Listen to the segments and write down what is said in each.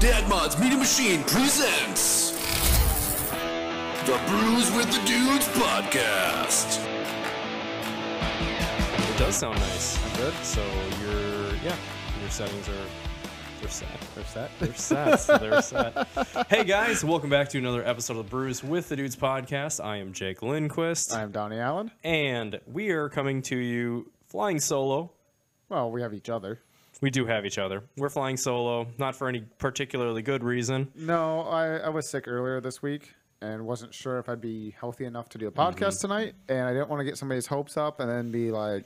Dadmod's Media Machine presents the Brews with the Dudes podcast. It does sound nice. I'm good. So your yeah, your settings are they're set. They're set. They're set. they're set. Hey guys, welcome back to another episode of the Brews with the Dudes podcast. I am Jake Lindquist, I'm Donnie Allen. and we are coming to you flying solo. Well, we have each other. We do have each other. We're flying solo, not for any particularly good reason. No, I, I was sick earlier this week and wasn't sure if I'd be healthy enough to do a podcast tonight. And I didn't want to get somebody's hopes up and then be like,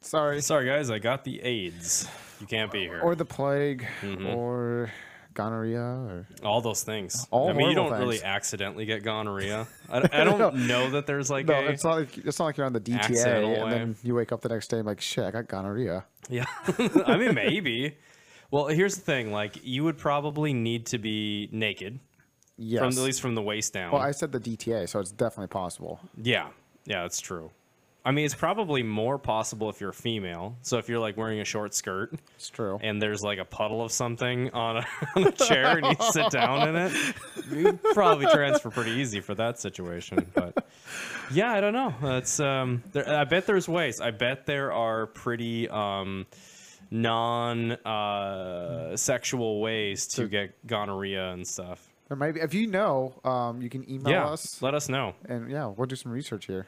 sorry. Sorry guys, I got the AIDS. You can't be here. Or the plague or gonorrhea or. All those things. All I mean, you don't horrible really things. accidentally get gonorrhea. I, I don't know that there's like No, a it's not like it's not like you're on the Accidental DTA and way. then you wake up the next day and like, shit, I got gonorrhea. Yeah. I mean, maybe. Well, here's the thing. Like, you would probably need to be naked, Yes. from at least from the waist down. well, I said the DTA, so it's definitely possible. yeah. Yeah, that's true. I mean, it's probably more possible if you're female. So if you're like wearing a short skirt It's true. and there's like a puddle of something on a, on a chair and you sit down in it, you probably transfer pretty easy for that situation. But yeah, I don't know. That's um, there, I bet there's ways. I bet there are pretty um, non-sexual ways to get gonorrhea and stuff. there might be, if you know, um, you can email Yeah, us let us know. and yeah, we'll do some research here.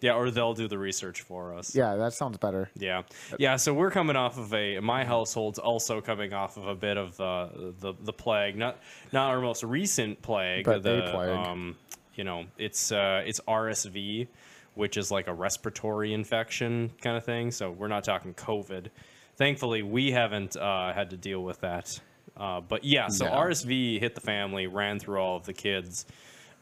Yeah, or they'll do the research for us. Yeah, that sounds better. Yeah, yeah. So we're coming off of a my household's also coming off of a bit of uh, the the plague, not not our most recent plague, But the a plague. um, you know, it's uh, it's RSV, which is like a respiratory infection kind of thing. So we're not talking COVID. Thankfully, we haven't uh, had to deal with that. Uh, but yeah, so No. RSV hit the family, ran through all of the kids,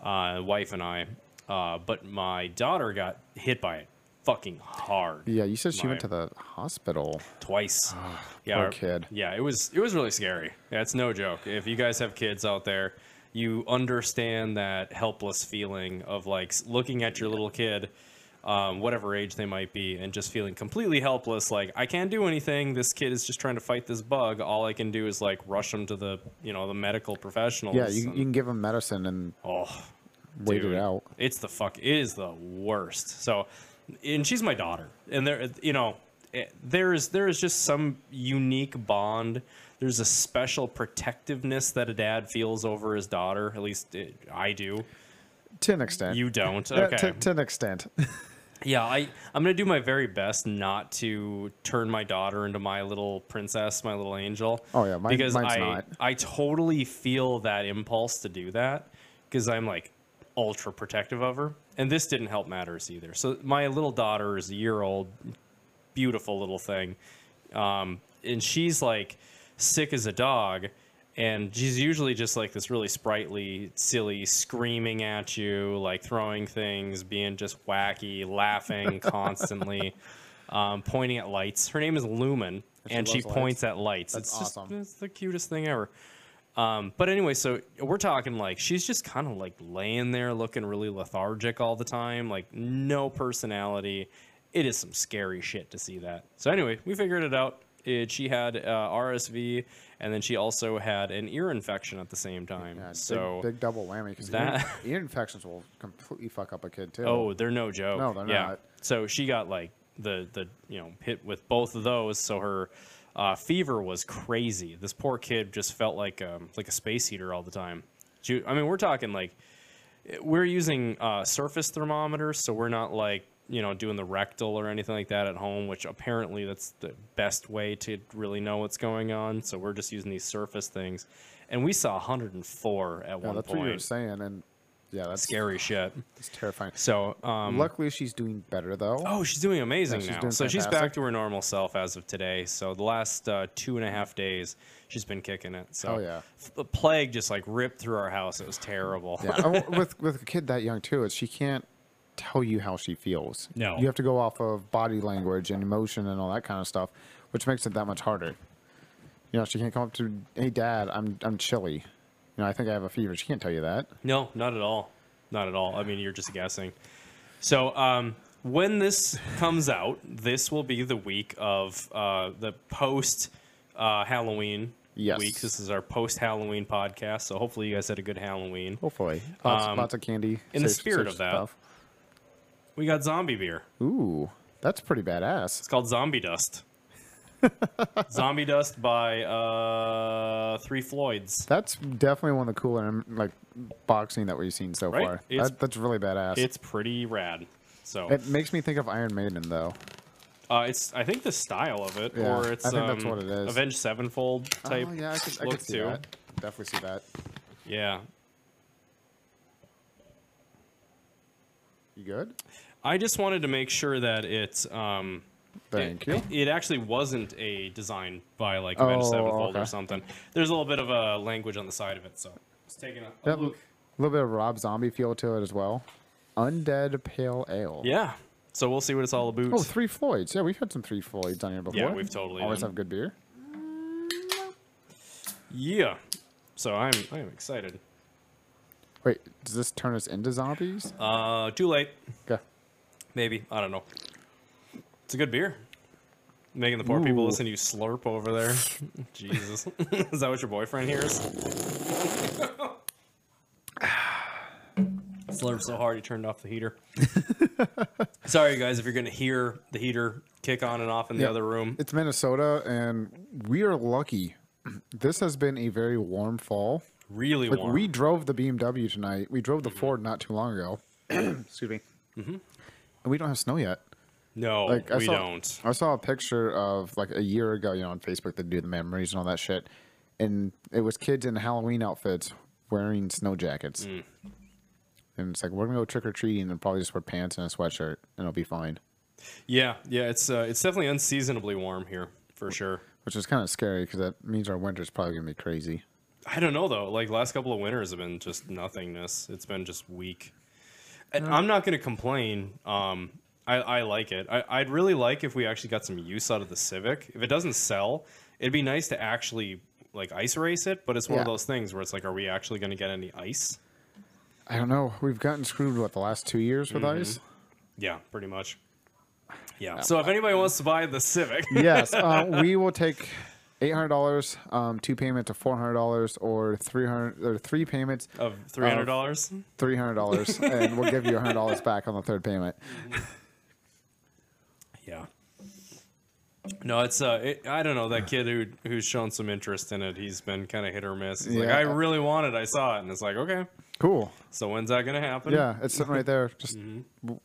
uh, wife and I. Uh, but my daughter got hit by it fucking hard Yeah, you said she went My- to the hospital. twice. yeah, Ah, poor our- kid. Yeah, it was it was really scary. Yeah, it's no joke. If you guys have kids out there, you understand that helpless feeling of like s- looking at your little kid, um, whatever age they might be, and just feeling completely helpless. Like I can't do anything. This kid is just trying to fight this bug. All I can do is like rush them to the you know the medical professionals. Yeah, you, and- you can give them medicine and oh, wait Dude, it out. It's the fuck. It is the worst. So, and she's my daughter, and there, you know, eh, there is there is just some unique bond. There's a special protectiveness that a dad feels over his daughter. At least it, I do. To an extent. You don't. Yeah, Okay. to, to an extent. Yeah, I I'm gonna do my very best not to turn my daughter into my little princess, my little angel. Oh, yeah, mine- because mine's I not. I totally feel that impulse to do that because I'm like ultra protective of her, and this didn't help matters either. So my little daughter is a year old, beautiful little thing, um, and she's like sick as a dog. And she's usually just like this really sprightly, silly, screaming at you, like throwing things, being just wacky, laughing constantly, um, pointing at lights. Her name is Lumen, and, she she loves lights. points at lights. That's it's just awesome. it's the cutest thing ever. Um, but anyway, so we're talking like she's just kind of like laying there looking really lethargic all the time, like no personality. It is some scary shit to see that. So anyway, we figured it out. It, she had uh, RSV, and then she also had an ear infection at the same time. Yeah, big- so big, double whammy because ear, that- ear infections will completely fuck up a kid too. Oh, they're no joke. No, they're yeah. not. So she got like the the you know hit with both of those. So her uh, fever was crazy. This poor kid just felt like um, like a space heater all the time. She, I mean, we're talking like we're using uh, surface thermometers, so we're not like you know doing the rectal or anything like that at home, which apparently that's the best way to really know what's going on. So we're just using these surface things, and we saw 104 at yeah, one that's point. what you were saying, and yeah, that's Scary shit. It's terrifying. So um, Luckily, she's doing better though. Oh, she's doing amazing Yeah, she's now. doing so she's back fantastic. to her normal self as of today. So the last uh, two and a half days, she's been kicking it. So Oh, yeah. f- the plague just like ripped through our house. It was terrible. Yeah, and with with a kid that young too, it's she can't tell you how she feels. No. you have to go off of body language and emotion and all that kind of stuff, which makes it that much harder. You know, she can't come up to, "Hey, Dad, I'm I'm chilly." You know, I think I have a fever. She can't tell you that. No, not at all. Not at all. I mean, you're just guessing. So um, when this comes out, this will be the week of uh, the post uh, Halloween Yes. weeks. This is our post Halloween podcast, so hopefully you guys had a good Halloween. Hopefully, lots, Um, lots of candy. in the safe- spirit safe of that- stuff. We got zombie beer. Ooh, that's pretty badass. It's called Zombie Dust. zombie Dust by uh, Three Floyds. That's definitely one of the cooler um, like boxing that we've seen so Right? far. It's- That, that's really badass. It's pretty rad. So it makes me think of Iron Maiden though. uh, it's I think the style of it, Yeah, or it's I think um, that's what it is. Avenged Sevenfold type oh yeah, I could, I look could see too. that. Definitely see that. Yeah, You good? I just wanted to make sure that it's um, Thank it, you. It actually wasn't a design by like Avenged Oh, Sevenfold or okay. something. There's a little bit of a language on the side of it, so it's taking a, a That look. a little bit of Rob Zombie feel to it as well. Undead Pale Ale. Yeah. So we'll see what it's all about. Oh, Three Floyds. Yeah, we've had some Three Floyds on here before. we've totally um, always done. have good beer. yeah. So I'm I'm excited. Wait, does this turn us into zombies? Uh, too late. okay. Maybe I don't know. It's a good beer. Making the poor people Ooh. listen to you slurp over there. Jesus, is that what your boyfriend hears? Slurp so hard he turned off the heater. Sorry, guys, if you're gonna hear the heater kick on and off in the Yeah. other room. It's Minnesota, and we are lucky. This has been a very warm fall. Really Like warm. Mm-hmm. we drove the BMW tonight. We drove the Ford not too long ago. Excuse me. And we don't have snow yet. no, Like I we saw, don't. I saw a picture of like a year ago, you know, on Facebook they do the memories and all that shit, and it was kids in Halloween outfits wearing snow jackets. And it's like we're gonna go trick or treating and probably just wear pants and a sweatshirt and it'll be fine, Yeah, yeah. It's uh, it's definitely unseasonably warm here for sure. which is kind of scary because that means our winter's probably gonna be crazy. I don't know though. Like last couple of winters have been just nothingness. It's been just weak. And I'm not going to complain. Um, I, I like it. I, I'd really like if we actually got some use out of the Civic. If it doesn't sell, it'd be nice to actually like ice race it. But it's one of Yeah. those things where it's like, are we actually going to get any ice? I don't know. We've gotten screwed what the last two years with ice. Yeah, pretty much. Yeah. So if anybody wants to buy the Civic, yes, uh, we will take eight hundred dollars, um, two payments of four hundred dollars, or three hundred or three payments of three hundred dollars, three hundred dollars, and we'll give you hundred dollars back on the third payment. Yeah. No, it's uh, it, I don't know that kid who who's shown some interest in it. He's been kind of hit or miss. He's like, Yeah. I really want it. I saw it, and it's like, okay. Cool. So when's that gonna happen? Yeah, it's sitting right there. Just w-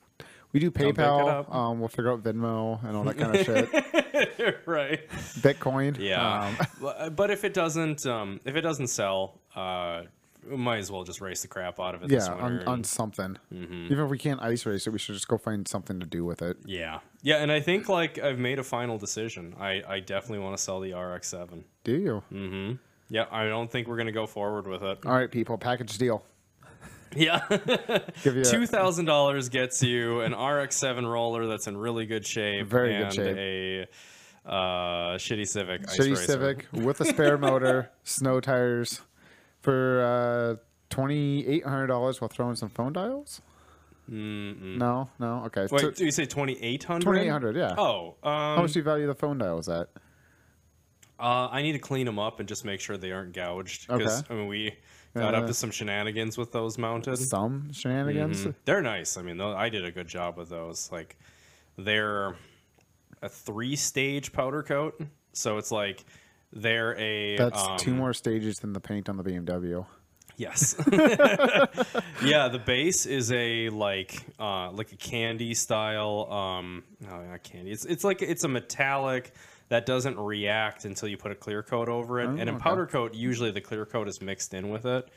we do pick Mm-hmm. it PayPal. up. Um, we'll figure out Venmo and all that kind of shit. right. Bitcoin. Yeah. uh, Um, But- but if it doesn't, um, if it doesn't sell, uh, we might as well just race the crap out of it. This yeah, winter on, and- on something. Mm-hmm. Even if we can't ice race it, we should just go find something to do with it. yeah, yeah, and I think like I've made a final decision. I I definitely want to sell the RX-7. Do you? Mm. Yeah, I don't think we're gonna go forward with it. All right, people. Package deal. Yeah. Give you a- Two thousand dollars gets you an RX-7 roller that's in really good shape, Very good and a uh, shitty Civic. ice Shitty racer. Civic with a spare motor, snow tires, for uh, twenty eight hundred dollars. We'll throw in some phone dials. mm No, no. Okay, Wait, do you say twenty eight hundred? twenty eight hundred. Yeah. Oh, How um, much do you value the phone dials at? uh, I need to clean them up and just make sure they aren't gouged. 'cause, I Okay. mean, we got up Uh, to some shenanigans with those mounted. Some shenanigans. They're nice. I mean, tho- I did a good job with those. Like, they're a three-stage powder coat, so it's like they're a That's two um, more stages than the paint on the BMW. Yes. yeah, the base is a like uh like a candy style um no, not candy. It's it's like it's a metallic that doesn't react until you put a clear coat over it. and in okay. powder coat, usually the clear coat is mixed in with it.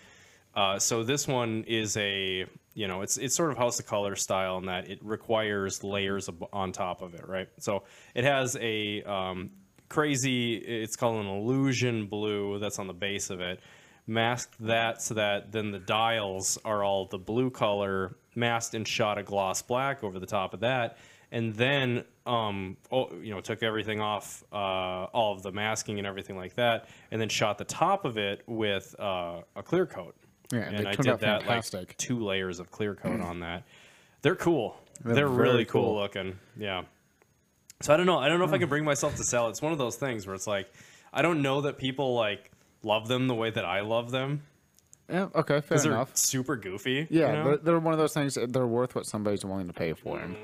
Uh, so this one is a you know it's it's sort of house of color style in that it requires layers ab- on top of it, right? So it has a um, crazy it's called an illusion blue that's on the base of it. Mask that so that then the dials are all the blue color masked and shot a gloss black over the top of that, and then um oh, you know took everything off uh, all of the masking and everything like that, and then shot the top of it with uh, a clear coat. Yeah, and, they I turned did out that like fantastic. Mm. two layers of clear coat on that. They're cool. They're, very really cool. cool. looking. Yeah. So I don't know. I don't know if I can bring myself to sell. it. It's one of those things where it's like. I don't know that people like love them the way that I love them Yeah, okay, fair because they're enough. super goofy. you Yeah, know? Mm-hmm. they're, they're one of those things. that They're worth what somebody's willing to pay for them.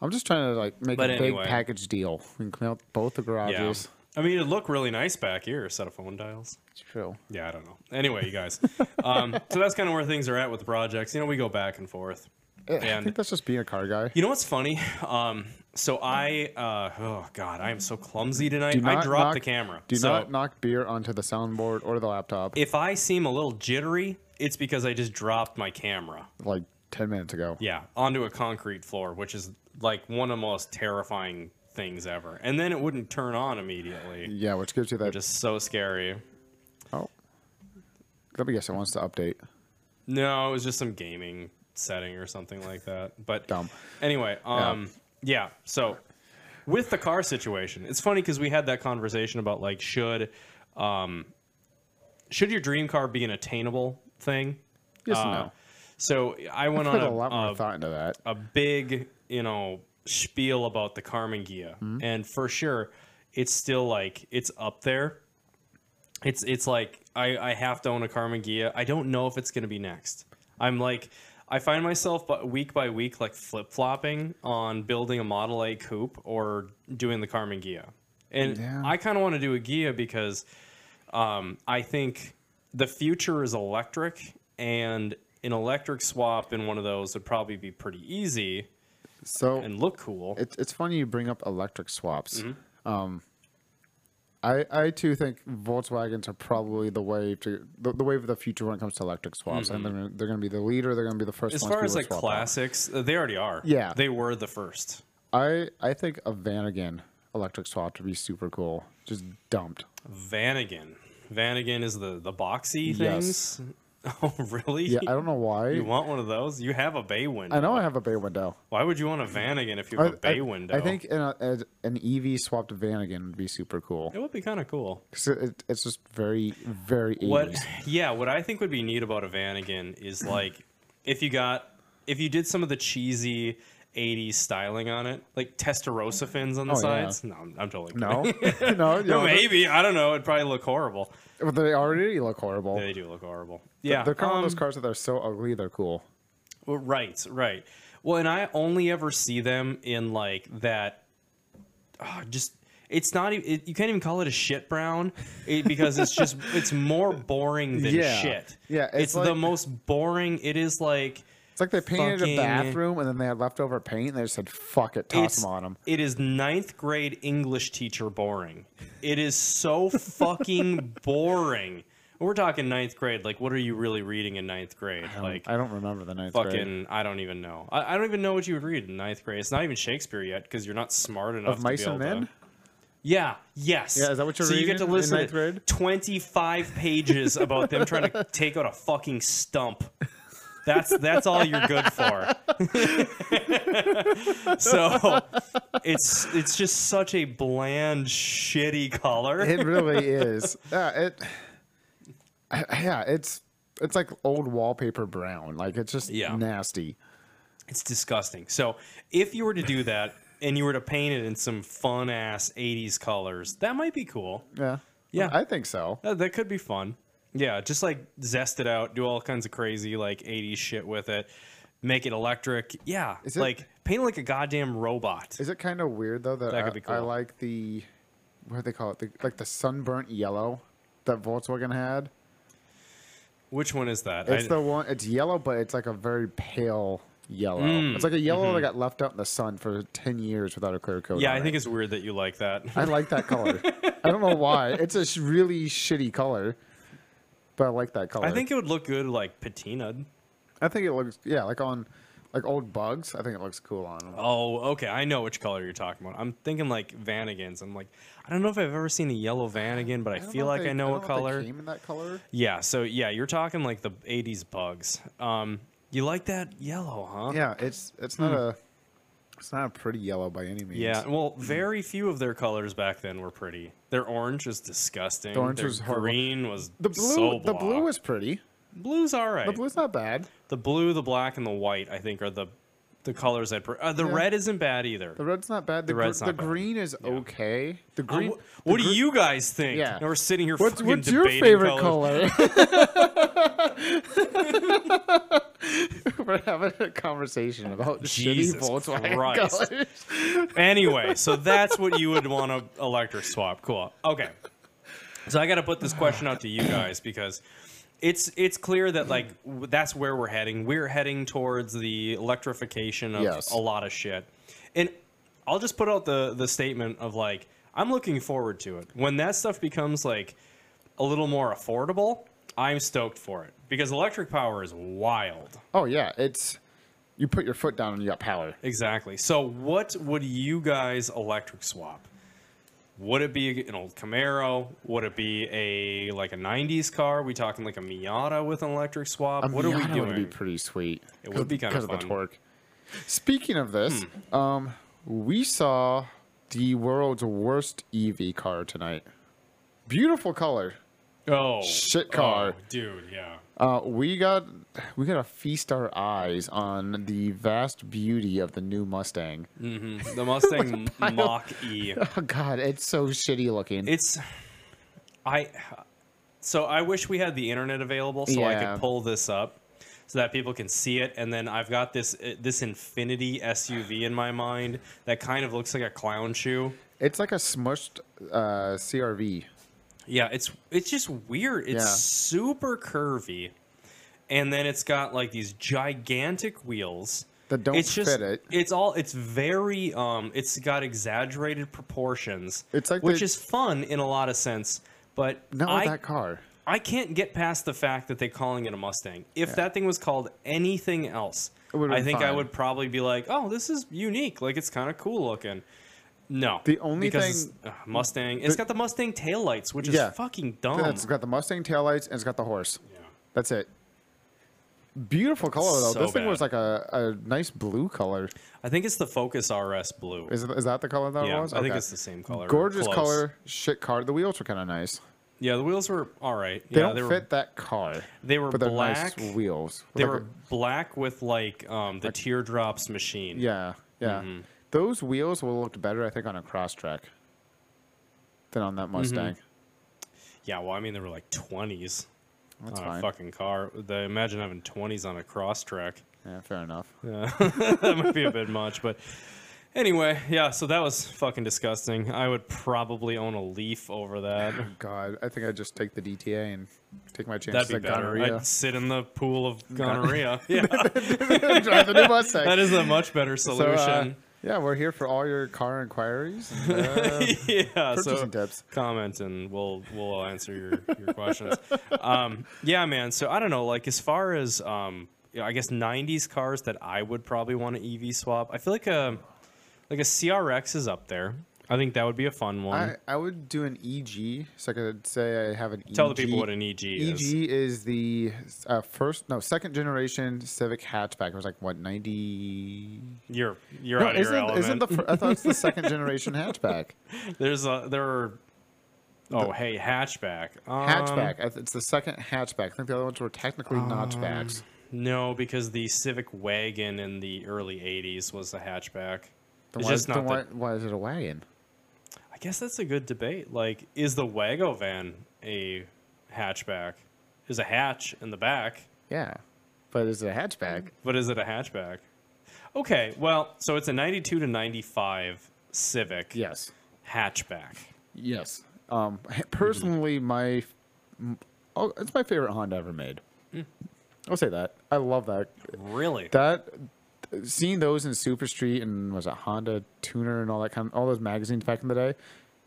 I'm just trying to like make But a anyway. big package deal and clean out both the yeah. garages. I mean, it looked really nice back here, a set of phone dials. It's true. Yeah, I don't know. Anyway, you guys. um, so that's kind of where things are at with the projects. You know, we go back and forth. Eh, I think And that's just being a car guy. you know what's funny? Um, so I, uh, oh God, I am so clumsy tonight. Do I not dropped knock- the camera. Do so not knock beer onto the soundboard or the laptop if I seem a little jittery, it's because I just dropped my camera. like 10 minutes ago. Yeah, onto a concrete floor, which is like one of the most terrifying things ever. And then it wouldn't turn on immediately. Yeah, which gives you that. Just so scary. oh. Let me guess, it wants to update. No, it was just some gaming setting or something like that. But Dumb. anyway, um, yeah. So with the car situation, it's funny because we had that conversation about like should um, should your dream car be an attainable thing? Yes and Uh, no. So I uh, went on Put a, a lot more a thought into that. a big, you know, spiel about the Carmen Ghia. And for sure, it's still like it's up there. It's it's like I, I have to own a Carmen Ghia. I don't know if it's gonna be next. I'm like I find myself bu- week by week like flip flopping on building a Model A coupe or doing the Carmen Ghia. And Yeah. I kind of want to do a Ghia because um, I think the future is electric, and an electric swap in one of those would probably be pretty easy So and look cool. It's it's funny you bring up electric swaps. Um, Mm-hmm. I I too think Volkswagens are probably the wave to the, the wave of the future when it comes to electric swaps, and they're, gonna- they're going to be the leader. They're going to be the first. Mm-hmm. as ones far people as to like swap out. classics, uh, they already are. Yeah. they were the first. I I think a Vanagon electric swap would be super cool. Just dumped. Vanagon. Vanagon is the the boxy Yes. things. Oh, really? Yeah, I don't know You why. want one of those? You have a bay window. I know I have a bay window. Why would you want a Vanagon if you have a I- bay I- window? I think in a, as an EV swapped Vanagon would be super cool. it would be kind of cool. 'Cause it, it's just very very E 80s. What? Yeah, what I think would be neat about a Vanagon is like if you got if you did some of the cheesy. 80s styling on it, like Testarossa fins on the Oh, yeah. sides. No, I'm, I'm totally kidding. No, no, No, you know, maybe I don't know. It'd probably look horrible. But they already look horrible. They do look horrible. Yeah, They're kind of um, those cars that are so ugly they're cool. Well, Right, right. Well, and I only ever see them in like that. ah, just it's not. e- It, you can't even call it a shit brown it, because it's just it's more boring than Yeah. shit. Yeah, it's, it's the like- most boring. It is like It's like they painted Fucking- a bathroom and then they had leftover paint and they just said, fuck it, toss it's, them on them. It is ninth grade English teacher boring. It is so fucking boring. We're talking ninth grade. Like, what are you really reading in ninth grade? Like, I don't remember the ninth fucking grade. I don't even know. I, I don't even know what you would read in ninth grade. It's not even Shakespeare yet because you're not smart enough Of Mice to be and able to- Men? Yeah. Yes. Yeah, is that what you're So you get reading to in listen ninth to grade? 25 pages about them trying to take out a fucking stump. That's that's all you're good for. so it's it's just such a bland, shitty color. It really is. Yeah, it. Yeah, it's it's like old wallpaper brown. Like it's just Yeah. nasty. It's disgusting. So if you were to do that and you were to paint it in some fun ass 80s colors, that might be cool. Yeah. Yeah. I think so. That, that could be fun. Yeah, just like zest it out, do all kinds of crazy like 80s shit with it, make it electric. Yeah, Is it- like paint it like a goddamn robot. Is it kind of weird though that, That I, could be I cool. like the what do they call it? The, like the sunburnt yellow that Volkswagen had. Which one is that? It's I- the one. It's yellow, but it's like a very pale yellow. Hmm. it's like a yellow that got left out in the sun for ten years without a clear coat. Mm-hmm. yeah, on I think it. it's weird that you like that. I like that color. I don't know why. It's a sh- really shitty color, but I like that color. I think it would look good like patinaed. I think it looks yeah, like on like old bugs. I think it looks cool on 'em. Oh, okay. I know which color you're talking about. I'm thinking like Vanagons. I'm like, I don't know if I've ever seen a yellow Vanagon, but I, don't feel if like they- I know don't what if they color. came in that color. Yeah, so yeah, you're talking like the 80s bugs. Um, you like that yellow, huh? Yeah, it's it's not a it's not a pretty yellow by any means. Hmm. Yeah, well, very few of their colors back then were pretty. Their orange is disgusting. The orange their was horrible. green was the blue so the blue blah. was pretty. blue's all right. The blue's not bad. the blue, the black, and the white I think are the the colors I pre- uh, the Yeah. red isn't bad either. The red's not bad. The, The gr- red's not the bad. green is okay. The green. Uh, wh- what do you guys think? Yeah. And we're sitting here. what's fucking what's your debating favorite colors. color? We're having a conversation about Jesus shitty Volkswagen Christ. colors. Anyway, so that's what you would want to electric swap. Cool. Okay. So I got to put this question out to you guys because it's it's clear that like w- that's where we're heading. We're heading towards the electrification of Yes. a lot of shit. And I'll just put out the the statement of like I'm looking forward to it. When that stuff becomes like a little more affordable, I'm stoked for it because electric power is wild. Oh yeah, it's you put your foot down and you got power. Exactly. So, what would you guys electric swap? Would it be an old Camaro? Would it be a like a '90s car? We talking like a Miata with an electric swap? A what are we Miata Would doing? be pretty sweet. It would be kinda because of the fun. Hmm. torque. Speaking of this, um, we saw the world's worst EV car tonight. Beautiful color. oh, Shit car. oh, dude. Yeah. Uh, we got we got to feast our eyes on the vast beauty of the new Mustang. The Mustang Mach E. Oh God, it's so shitty looking. It's I. So I wish we had the internet available so I Yeah. could pull this up so that people can see it. And then I've got this this Infinity SUV in my mind that kind of looks like a clown shoe. it's like a smushed uh, CRV. Yeah, it's it's just weird. It's Yeah. super curvy, and then it's got like these gigantic wheels That don't it's just, fit it. It's all it's very um. It's got exaggerated proportions. It's like which they- is fun in a lot of sense, but Not I with that car. I can't get past the fact that they're calling it a Mustang. If that thing was called anything else, It would've I been think I fine. would probably be like, "Oh, this is unique. Like it's kind of cool looking." No, The only because thing- it's- ugh, Mustang. It's got the Mustang taillights, which is Yeah. fucking dumb. It's got the Mustang taillights and it's got the horse. Oh. yeah. That's it. Beautiful color though. So this thing was bad. like a, a nice blue color. I think it's the Focus RS blue. Is, it, is that the color that yeah, it was? I think Okay. it's the same color. or Gorgeous close. color, shit car. The wheels were kind of nice. Yeah, the wheels were all right. They yeah, don't they were, fit that car. They were but they're black. nice wheels. with They like were a- black with like um, the teardrops machine. Yeah, yeah. Mm-hmm. Those wheels will look better, I think, on a cross track than on that Mm-hmm. Mustang. Yeah, well, I mean, they were like 20s That's on fine. a fucking car. They, imagine having 20s on a cross track. Yeah, fair enough. that might be a bit much, but anyway, yeah, so that was fucking disgusting. I would probably own a Leaf over that. Oh, God, I think I just take the DTA and take my chances That'd be at better. gonorrhea. I'd sit in the pool of gonorrhea. Yeah, Drive the new Mustang. that is a much better So, solution. uh, yeah, we're here for all your car inquiries. and, uh, yeah, so Purchasing tips. comment and we'll we'll answer your, your questions. Um, yeah, man. So I don't know, like as far as um, you know, I guess '90s cars that I would probably want to EV swap. I feel like a like a CRX is up there. I think that would be a fun one. I, I would do an EG. So I could say I have an E EG. Tell the people what an EG, EG is. is the uh, first, no, second generation Civic hatchback. It was like, what, 90? You're you're No, out of your isn't, element. isn't the, fir- I thought it's the second generation hatchback. There's a there are. Oh hey, hatchback. Um, um, Hatchback. I th- it's the second hatchback. I think the other ones were technically notchbacks. No, because the Civic wagon in the early '80s was a hatchback. It's why, just then not the why, why is it a wagon? I guess that's a good debate. Like, is the Wago van a hatchback? Is a hatch in the back, Yeah, but is it a hatchback? but is it a hatchback? Okay, well, so it's a 92 to 95 Civic Yes. hatchback. Yes. Um, h- personally, my f- m- oh, it's my favorite Honda ever made. Mm. I'll say that. I love that. Really? That seeing those in Super Street and was it Honda Tuner and all that kind, all those magazines back in the day.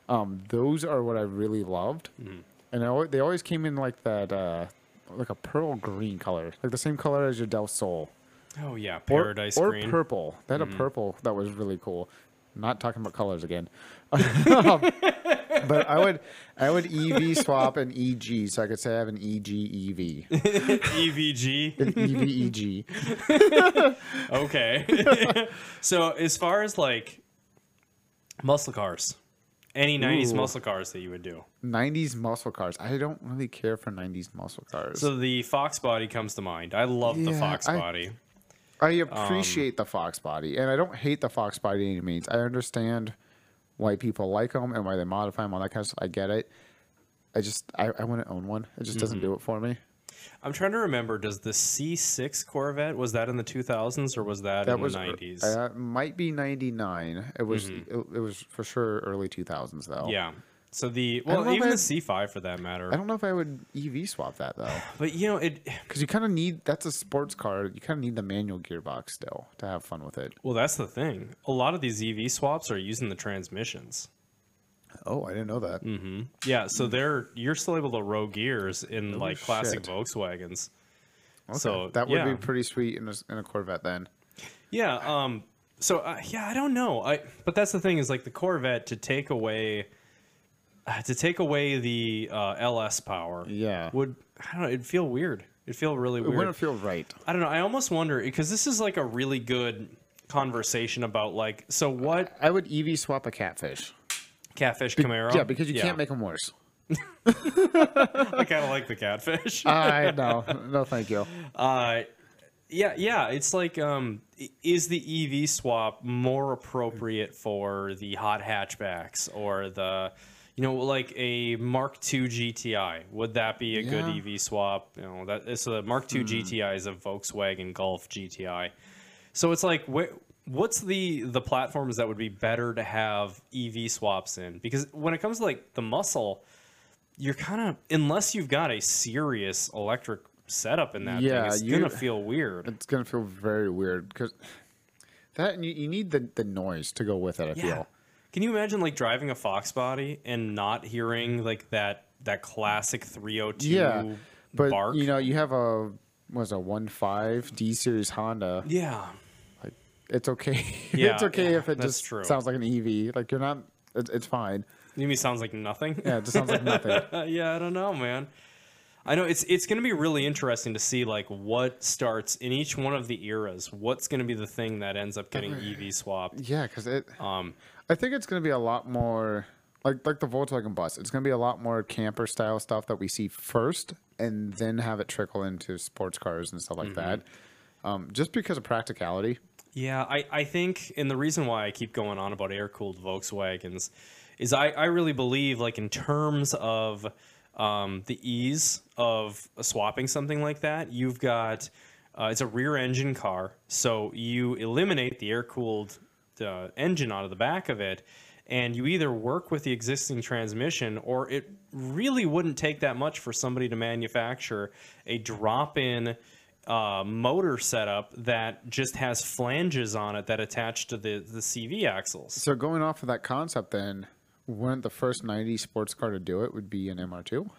Um, those are what I really loved, Mm-hmm. and I, al- they always came in like that, uh, like a pearl green color, like the same color as your Del Sol. oh, yeah, Or- Paradise or, Green. Mm-hmm. purple. They had a purple that was really cool. Not talking about colors again. but I would I would EV swap an EG so I could say I have an E EG EV. EVG. An E EV EG. Okay. so, as far as like muscle cars, any 90s Ooh. muscle cars that you would do. 90s muscle cars. I don't really care for 90s muscle cars. So, the Fox body comes to mind. I love the Yeah, Fox I- body. I I appreciate the fox body, and I don't hate the fox body by any means. I understand why people like them and why they modify them, all that kind of stuff. I get it. I just I, I want to own one. It just doesn't do it for me. I'm trying to remember. Does the C6 Corvette was that in the 2000s or was that, That in was the 90s? Uh, might be ninety nine. It was it, it was for sure early two thousands though. yeah. So the don't well, know if even I- the C5 for that matter. I don't know if I would EV swap that though, But you know, it because you kind of need that's a sports car. You kind of need the manual gearbox still to have fun with it. well, that's the thing. A lot of these EV swaps are using the transmissions. Oh, I didn't know that. Yeah, so they're you're still able to row gears in like classic Hmm. Oh, shit. Volkswagens. Okay. So that would yeah. be pretty sweet in a, in a Corvette then. Yeah. Um. So uh, yeah, I don't know. I but that's the thing is like the Corvette to take away, uh, to take away the uh, LS power. Yeah. Would I don't know? It'd feel weird. It'd feel really It weird. wouldn't feel right. I don't know. I almost wonder because this is like a really good conversation about like so what I would EV swap a catfish. catfish Camaro. Yeah, because you can't make them worse. I kind of like the catfish. I no, no, thank you. Uh, yeah, yeah. It's like, um, i- is the EV swap more appropriate for the hot hatchbacks or the, you know, like a Mark II GTI? Would that be a good Yeah. EV swap? You know, that so the Mark II GTI is a Volkswagen Golf GTI. So it's like, wh- what's the the platforms that would be better to have EV swaps in? Because when it comes to like the muscle, you're kind of unless you've got a serious electric setup in that Yeah, thing, it's you- gonna feel weird. It's gonna feel very weird because that and you, you need the, the noise to go with it. I Yeah. feel Can you imagine like driving a Fox body and not hearing like that that classic 302 yeah, but bark? you know you have a was a one five D series Honda. yeah. It's okay. Yeah, it's okay yeah, if it that's just true. sounds like an EV. Like you're not. It's, it's fine. You mean sounds like nothing? Yeah, it just sounds like nothing. yeah, I don't know, man. I know it's it's going to be really interesting to see like what starts in each one of the eras. What's going to be the thing that ends up getting EV swapped? Yeah, because it. Um, I think it's going to be a lot more like like the Volkswagen bus. It's going to be a lot more camper style stuff that we see first, and then have it trickle into sports cars and stuff like that. Mm-hmm. Um, just because of practicality. Yeah, I, I think, and the reason why I keep going on about air cooled Volkswagens is I, I really believe, like, in terms of um, the ease of swapping something like that, you've got uh, it's a rear engine car, so you eliminate the air cooled uh, engine out of the back of it, and you either work with the existing transmission or it really wouldn't take that much for somebody to manufacture a drop in uh, motor setup that just has flanges on it that attach to the, the CV axles. So going off of that concept, then wouldn't the first '90s sports car to do it would be an MR2?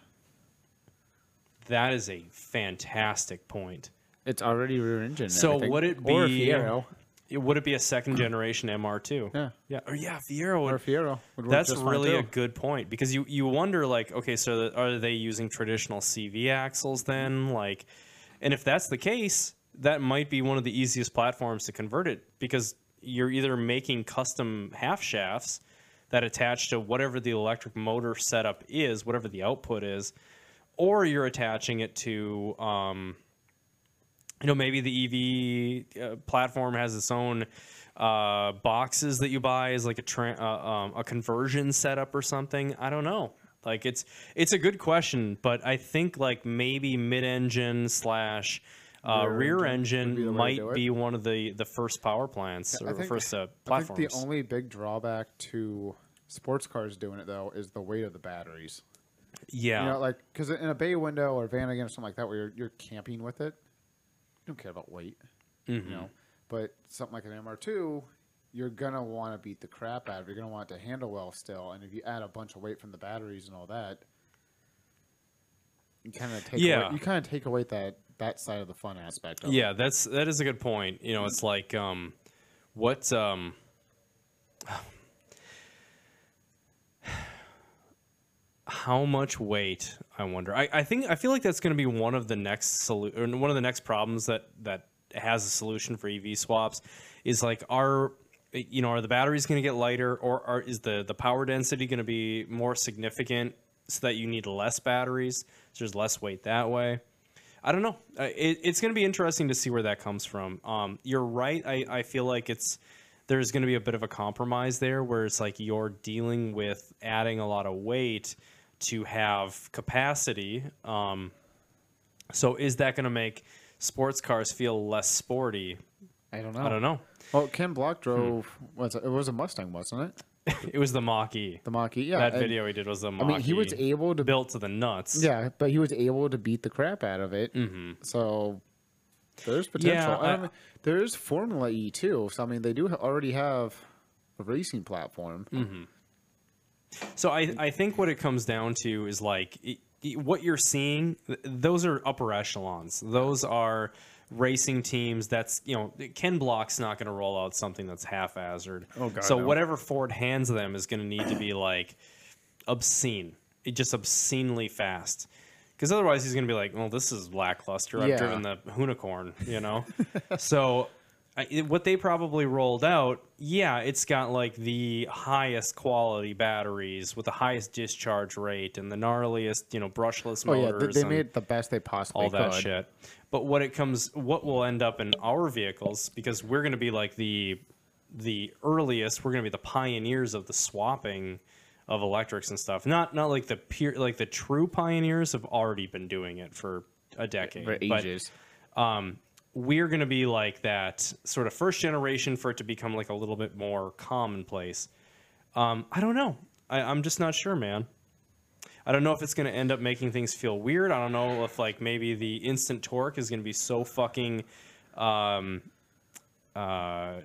That is a fantastic point. It's already rear engine. So would it be or a Fiero? It- Would it be a second generation MR2? Yeah. Yeah. Or yeah, Fiero would Or a Fiero. Would work That's just fine, really a too. good point because you you wonder like okay so are they using traditional CV axles then like and if that's the case that might be one of the easiest platforms to convert it because you're either making custom half shafts that attach to whatever the electric motor setup is whatever the output is or you're attaching it to um, you know maybe the EV uh, platform has its own uh, boxes that you buy as like a tra- uh, um, a conversion setup or something. I don't know. Like it's it's a good question, but I think like maybe mid-engine slash uh, rear, Rear engine, would be the way to might do it. be one of the the first power plants I or think- first uh, I think platforms. the only big drawback to sports cars doing it though is the weight of the batteries. yeah, You know, like because in a bay window or van again or something like that, where you're, you're camping with it, you don't care about weight, Mm-hmm. you know. But something like an MR2, you're gonna want to beat the crap out of. it. You're gonna want it to handle well still, and if you add a bunch of weight from the batteries and all that, you kind of take Yeah. away, you kind of take away that that side of the fun aspect. Of Yeah, that's that is a good point. You know, it's like um, what um, how much weight? I wonder. I, I think I feel like that's going to be one of the next solu- or one of the next problems that that has a solution for EV swaps is like are you know are the batteries going to get lighter or are is the the power density going to be more significant so that you need less batteries so there's less weight that way I don't know. Uh, It, it's going to be interesting to see where that comes from. Um, you're right. I, I feel like it's there's going to be a bit of a compromise there where it's like you're dealing with adding a lot of weight to have capacity. Um, so is that going to make sports cars feel less sporty? I don't know. I don't Hmm. know. Well, Ken Block drove. Was it, it was a Mustang, wasn't it? It was the Mach-E. The Mach-E. Yeah. that and- video E. he did was the I Mach-E. mean, he was able to. built to the nuts. Yeah, but he was able to beat the crap out of it. So there's potential. Mm-hmm. Yeah, I, I- mean, there is Formula E too. So I mean, they do ha- already have a racing platform. Mm-hmm. So I, I think what it comes down to is like i i- what you're seeing. th- Those are upper echelons. Those are racing teams. That's you know Ken Block's not going to roll out something that's half-hazard. Oh, God, So no. whatever Ford hands them is going to need to be like obscene, it just obscenely fast. Because otherwise he's going to be like, well, this is lackluster. I've Yeah. driven the unicorn, you know. so I, it- what they probably rolled out, yeah, it's got like the highest quality batteries with the highest discharge rate and the gnarliest, you know, brushless Oh yeah, motors. they, they and- made the best they possibly all that could. shit. But what it comes, what will end up in our vehicles, because we're going to be like the the earliest, we're going to be the pioneers of the swapping of electrics and stuff. Not not like the pure, like the true pioneers have already been doing it for a decade, for but ages. we're going to be like that sort of first generation for it to become like a little bit more commonplace. Um, I don't know. I, I'm just not sure, man. I don't know if it's going to end up making things feel weird. I don't know if like maybe the instant torque is going to be so fucking. Um, uh,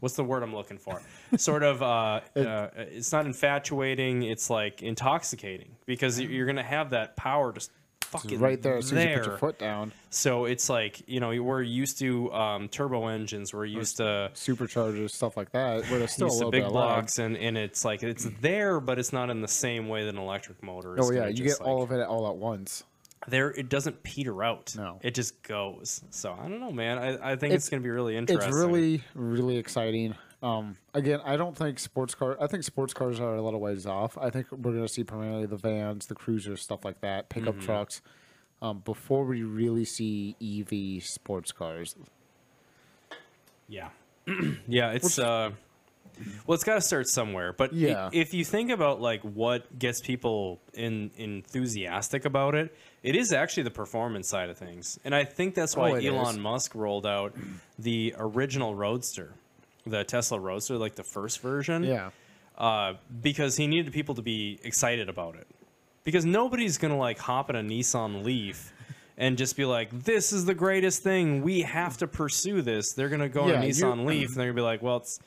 what's the word I'm looking for? sort of. Uh, uh, it's not infatuating. It's like intoxicating because you- you're going to have that power just fucking right there, as soon as you put your there. foot down, So it's like you know we're used to um, turbo engines, we're used to superchargers, stuff like that. Where there's still a used to little big bit of lag. blocks, and, and it's like it's there, but it's not in the same way that an electric motor. Is Oh yeah, gonna you just, get all like- of it all at once. there. It doesn't peter out. No. it just goes. So I don't know, man. I, I think it's, It's- gonna be really It's interesting. really, really exciting. Um, again, I don't think sports car. I think sports cars are a little ways off. I think we're going to see primarily the vans, the cruisers, stuff like that, pickup Mm-hmm. trucks, um, before we really see EV sports cars. yeah, yeah. It's uh, well, it's got to start somewhere. But i- Yeah. if you think about like what gets people in enthusiastic about it, it is actually the performance side of things, and I think that's why Oh, it Elon is. Musk rolled out the original Roadster, the Tesla Roadster, like the first version. Yeah, uh, because he needed people to be excited about it. Because nobody's gonna like hop in a Nissan Leaf and just be like, "This is the greatest thing. We have to pursue this." They're gonna go on Yeah, a you- Nissan Leaf and they're gonna be like, "Well, it's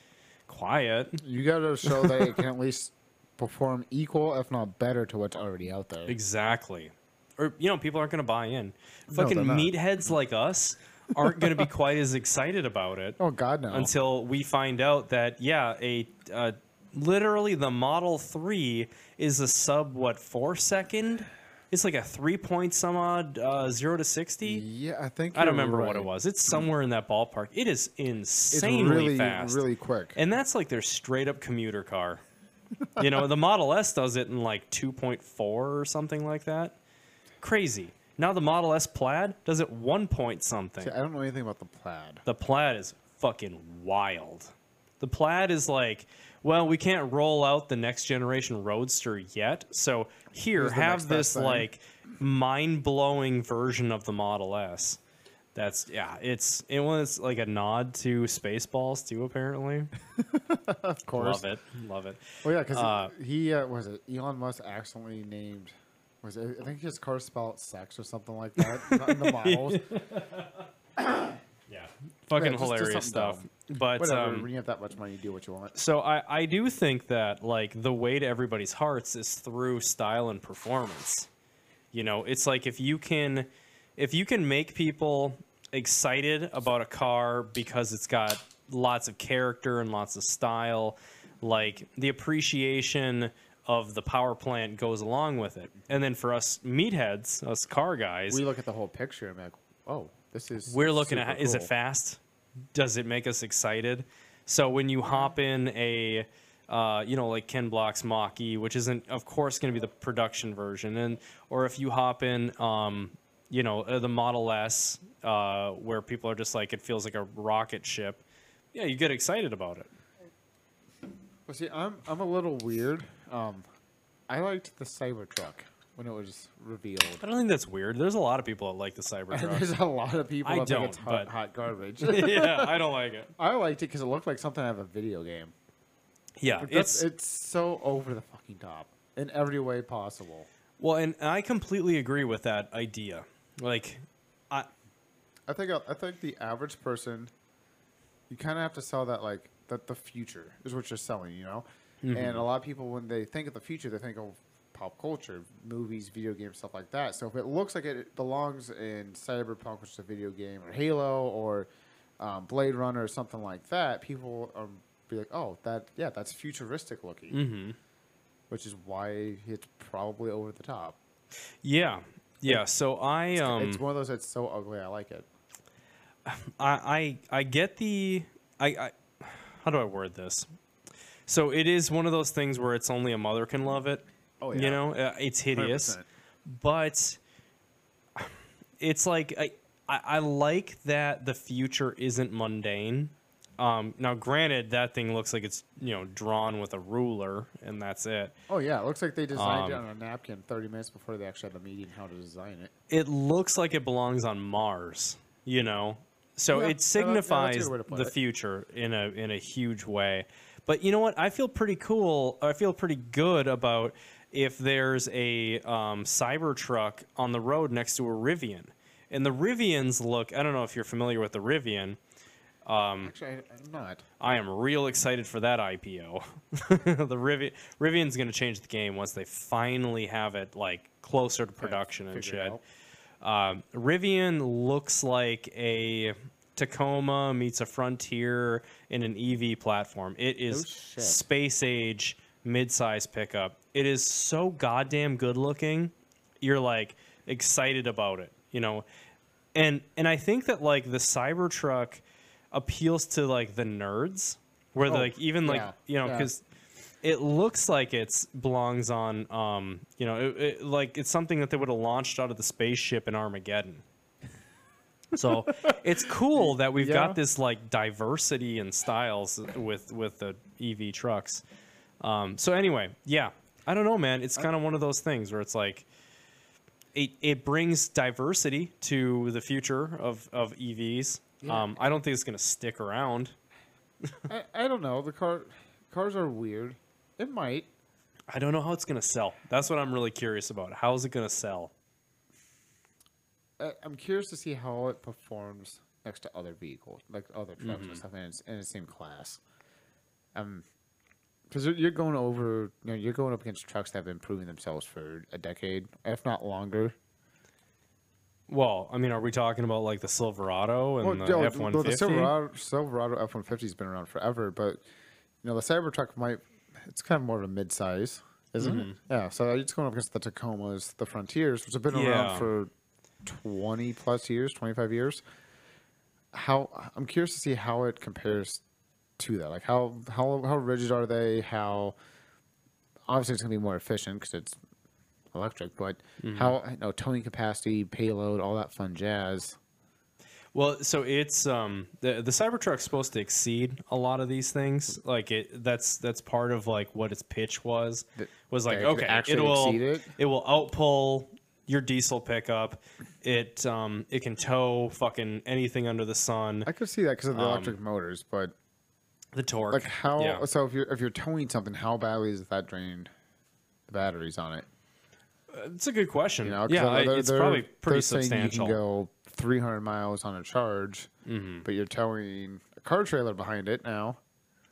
quiet." you got to show that it can at least perform equal, if not better, to what's already out there. Exactly. Or you know, people aren't gonna buy in. they're Fucking not. meatheads like us aren't gonna be quite as excited about it. Oh God, no. until we find out that yeah, a uh, literally the Model Three is a sub what four second? It's like a three point some odd uh, zero to sixty. yeah, I think I don't you're remember what it right. was. It's somewhere in that ballpark. It is It's insanely really, fast, really quick. and that's like their straight up commuter car. you know, the Model S does it in like two point four or something like that. Crazy. Now the Model S Plaid does it one point something. I don't know anything about the plaid. The plaid is fucking wild. The plaid is like, well, we can't roll out the next generation Roadster yet, so here Here's the next have best this thing. like mind blowing version of the Model S. That's yeah, it's it was like a nod to Spaceballs too. Apparently, Of course. love it, love it. Well, Oh, yeah, because Uh, he uh, was it Elon Musk accidentally named was it, I think his car spelled sex or something like that not in the models. Yeah, fucking just- just hilarious something stuff. But Whatever, um, when you have that much money, you do what you want. so I, I do think that like the way to everybody's hearts is through style and performance you know it's like if you can if you can make people excited about a car because it's got lots of character and lots of style like the appreciation of the power plant goes along with it and then for us meatheads us car guys We look at the whole picture and be like, oh, this is. we're looking at super how- is it cool." fast does it make us excited so when you hop in a uh, you know like ken block's mach-e which isn't of course going to be the production version and or if you hop in um, you know, uh, the Model S, uh, where people are just like, it feels like a rocket ship. Yeah, you get excited about it. Well, see, I'm I'm a little weird. Um, I liked the Cybertruck when it was revealed. I don't think that's weird. There's a lot of people that like the And Cybertruck. there's a lot of people I that think don't, it's hot, but- hot garbage. yeah, I don't like it. I liked it because it looked like something out of a video game. Yeah, it's It's it's so over the fucking top in every way possible. well, and I completely agree with that idea. Like, I I think I think the average person, you kind of have to sell that like that the future is what you're selling, you know. And a lot of people when they think of the future, they think of pop culture, movies, video games, stuff like that. So if it looks like it belongs in cyberpunk, which is a video game, or Halo, or um, Blade Runner, or something like that, people are be like, oh, that yeah, that's futuristic looking, which is why it's probably over the top. yeah, yeah. So I um, it's one of those that's so ugly, I like it. I, I I get the I, I how do I word this? So it is one of those things where it's only a mother can love it. Oh, yeah. You know, uh, it's hideous, 100%. but it's like I, I I like that the future isn't mundane. Um, now, granted, that thing looks like it's you know drawn with a ruler, and that's it. Oh yeah, it looks like they designed it on a napkin 30 minutes before they actually had the meeting how to design it. it looks like it belongs on Mars, you know. So Yeah, no, it that's- no, that's a good signifies way to put the it. future in a in a huge way. But you know what? I feel pretty cool. I feel pretty good about if there's a um, Cybertruck on the road next to a Rivian, and the Rivians look. I don't know if you're familiar with the Rivian. Actually, I, I'm not. I am real excited for that IPO. the Rivi- Rivian's going to change the game once they finally have it like closer to production and figure it shit. Um, Rivian looks like a Tacoma meets a Frontier in an EV platform. It is Oh, shit. space age mid-size pickup. It is so goddamn good looking. You're like excited about it, you know. And and I think that like the Cybertruck appeals to like the nerds where Oh, like even like yeah, you know yeah. cuz it looks like it's belongs on um you know it, it, like it's something that they would have launched out of the spaceship in armageddon so it's cool that we've Yeah. got this like diversity in styles with with the ev trucks um so anyway yeah i don't know man it's kind of one of those things where it's like it, it brings diversity to the future of, of EVs. Um, I don't think it's going to stick around. I, I don't know. The car cars are weird. It might. I don't know how it's going to sell. That's what I'm really curious about. How is it going to sell? I, I'm curious to see how it performs next to other vehicles, like other trucks and stuff, and it's in the same class. Um, because you're going over, you know, you're going up against trucks that have been proving themselves for a decade, if not longer. Well, I mean, are we talking about like the Silverado and the yeah, F one well, the fifty? Silverado, Silverado F one fifty has been around forever, but you know the Cybertruck might it's kind of more of a mid size, isn't it? Mm-hmm. Yeah. So it's going up against the Tacomas, the Frontiers, which have been Yeah. around for twenty plus years, twenty five years. How I'm curious to see how it compares to that. Like how how how rigid are they? How obviously it's going to be more efficient because it's electric, but Mm-hmm. how you know towing capacity, payload, all that fun jazz. Well, so it's um the the Cybertruck's supposed to exceed a lot of these things. Like it, that's that's part of like what its pitch was was like that it could okay, actually it will exceed it? it? will outpull your diesel pickup. It um it can tow fucking anything under the sun. I could see that because of the electric motors, but The torque, like how? Um, yeah. So if you're if you're towing something, how badly is that drained? The batteries on it, it's a good question. you know? 'Cause yeah, I- they're- it's they're- probably pretty they're saying substantial. Mm-hmm. You can go 300 miles on a charge, but you're towing a car trailer behind it now.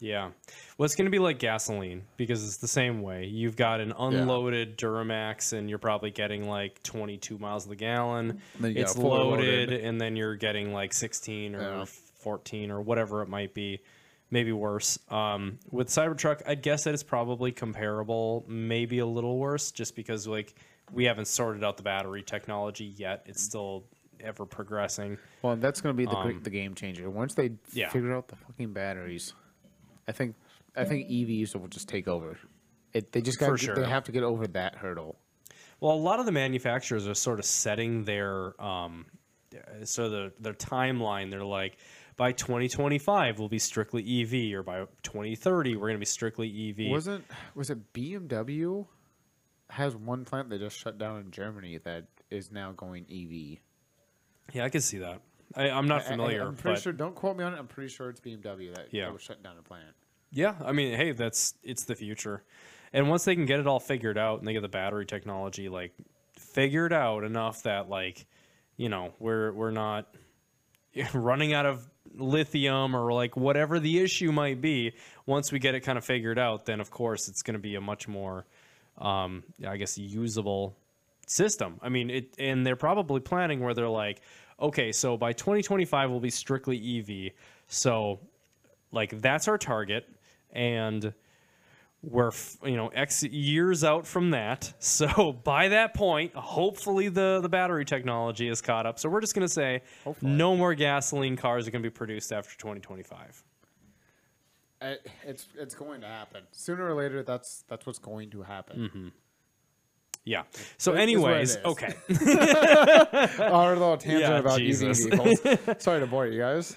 Yeah. Well, it's going to be like gasoline because it's the same way. You've got an unloaded Duramax and you're probably getting like 22 miles of the gallon. Then you it's got a fully loaded, loaded. and then you're getting like 16 or Yeah. 14 or whatever it might be, maybe worse. Um, with Cybertruck, I'd guess that it's probably comparable, maybe a little worse just because like we haven't sorted out the battery technology yet. It's still ever progressing. Well, that's going to be the gre- the game changer. Once they Um, yeah. figure out the fucking batteries, I think E I think EVs will just take over. It, they just got For they sure. have to get over that hurdle. Well, a lot of the manufacturers are sort of setting their um, uh, so the their timeline. They're like, by 2025 we'll be strictly EV, or by 2030 we're going to be strictly E EV. Wasn't was it BMW has one plant they just shut down in Germany that is now going E EV. yeah, I can see that. I, I'm not familiar, I, am pretty but sure. Don't quote me on it. I'm pretty sure it's BMW that, Yeah. that was shutting down a plant. yeah, I mean, hey, that's it's the future. And once they can get it all figured out, and they get the battery technology like figured out enough that like, you know, we're we're not running out of lithium or like whatever the issue might be once we get it kind of figured out then of course it's going to be a much more um i guess usable system i mean it and they're probably planning where they're like okay so by 2025 we'll be strictly ev so like that's our target and we're f- you know x years out from that so by that point hopefully the the battery technology is caught up so we're just going to say Hopefully. no more gasoline cars are going to be produced after 2025 I- it's it's going to happen sooner or later. That's that's what's going to happen. yeah so It is what it anyways is. okay Our little Mm-hmm. tangent Yeah, about Jesus. Um, EV vehicles. Sorry to bore you guys.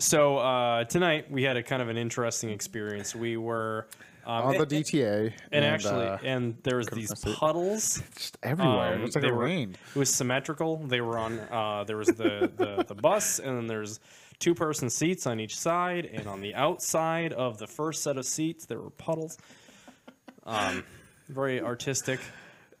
so uh tonight we had a kind of an interesting experience we were um, on the and, DTA and actually uh, and there was these that's it. puddles just everywhere. Um, it's like they it were- rained. It was symmetrical. They were on. Uh, there was the, the the bus, and then there's two person seats on each side, and on the outside of the first set of seats there were puddles. Um, very artistic.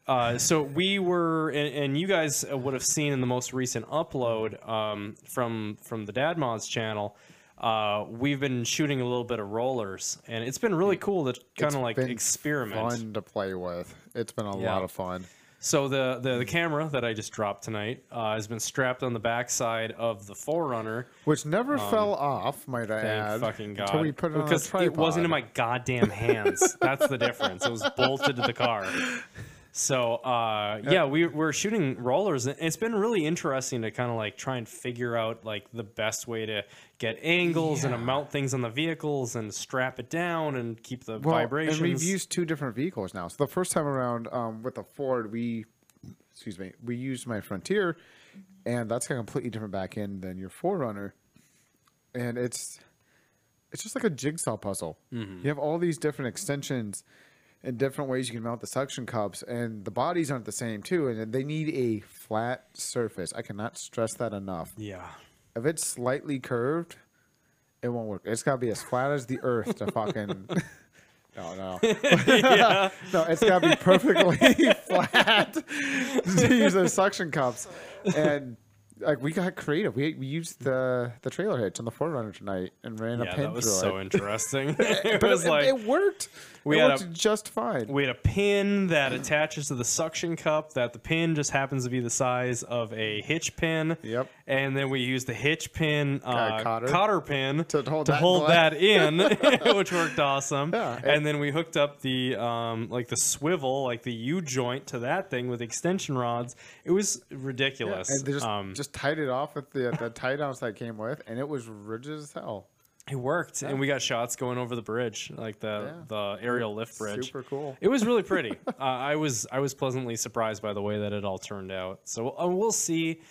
Uh, so we were, and, and you guys uh, would have seen in the most recent upload um, from from the Dad Mods channel. Uh, we've been shooting a little bit of rollers, and it's been really cool to kind It's of like been experiment. Fun to play with. It's been a Yeah. lot of fun. So the, the the camera that I just dropped tonight uh, has been strapped on the backside of the Forerunner. Which never fell off, might I Um, Thank add. fucking god! Until we put it on a because tripod. it wasn't in my goddamn hands. That's the difference. It was bolted to the car. So uh, yeah, we we're shooting rollers, and it's been really interesting to kind of like try and figure out like the best way to get angles and to Yeah. mount things on the vehicles and strap it down and keep the well, vibrations. And we've used two different vehicles now. So the first time around um, with the Ford, we, excuse me, we used my Frontier, and that's got a completely different back end than your Forerunner, and it's it's just like a jigsaw puzzle. Mm-hmm. You have all these different extensions and different ways you can mount the suction cups, and the bodies aren't the same too, and they need a flat surface. I cannot stress that enough. yeah, If it's slightly curved, it won't work. It's gotta be as flat as the earth to fucking. No, no, no! It's gotta be perfectly flat to use those suction cups, and like we got creative. We, we used the the trailer hitch on the Forerunner tonight and ran a yeah, pin that was through so it. interesting. it But was it, like it worked. we it had worked a- just fine. We had a pin that attaches to the suction cup. That the pin just happens to be the size of a hitch pin. Yep. And then we used the hitch pin, uh, cotter. cotter. pin To hold that in place. that in, which worked awesome. Yeah, And, then we hooked up the um, like the swivel, like the U joint to that thing with extension rods. It was ridiculous. and they just um, just tied it off with the the tie downs that came with, and it was rigid as hell. It worked, and we got shots going over the bridge, like the the aerial lift bridge. Super cool. It was really pretty. uh, I was I was pleasantly surprised by the way that it all turned out. So uh, we'll see.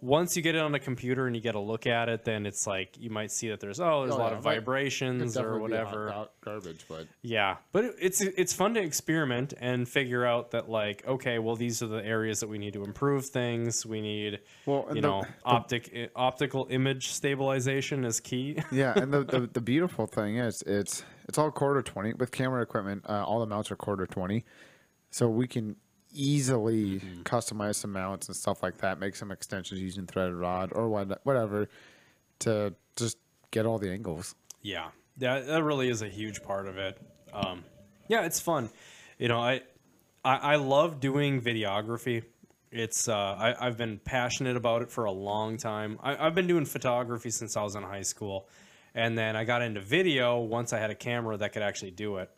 Once you get it on a computer and you get a look at it, then it's like you might see that there's oh there's a Oh, lot of yeah, it might- Could vibrations or definitely be hot whatever. gar- Garbage, but Yeah, but it- it's it's fun to experiment and figure out that like okay, well these are the areas that we need to improve things. We need Well, and you the- know optic i- optical image stabilization is key. yeah, and the, the the beautiful thing is it's it's all quarter twenty with camera equipment. Uh, all the mounts are quarter twenty, so we can easily Mm-hmm. customize some mounts and stuff like that. Make some extensions using threaded rod or what, whatever to just get all the angles. Yeah, that that really is a huge part of it. Um, yeah, it's fun. You know, I I, I love doing videography. It's uh, I, I've been passionate about it for a long time. I, I've been doing photography since I was in high school, and then I got into video once I had a camera that could actually do it.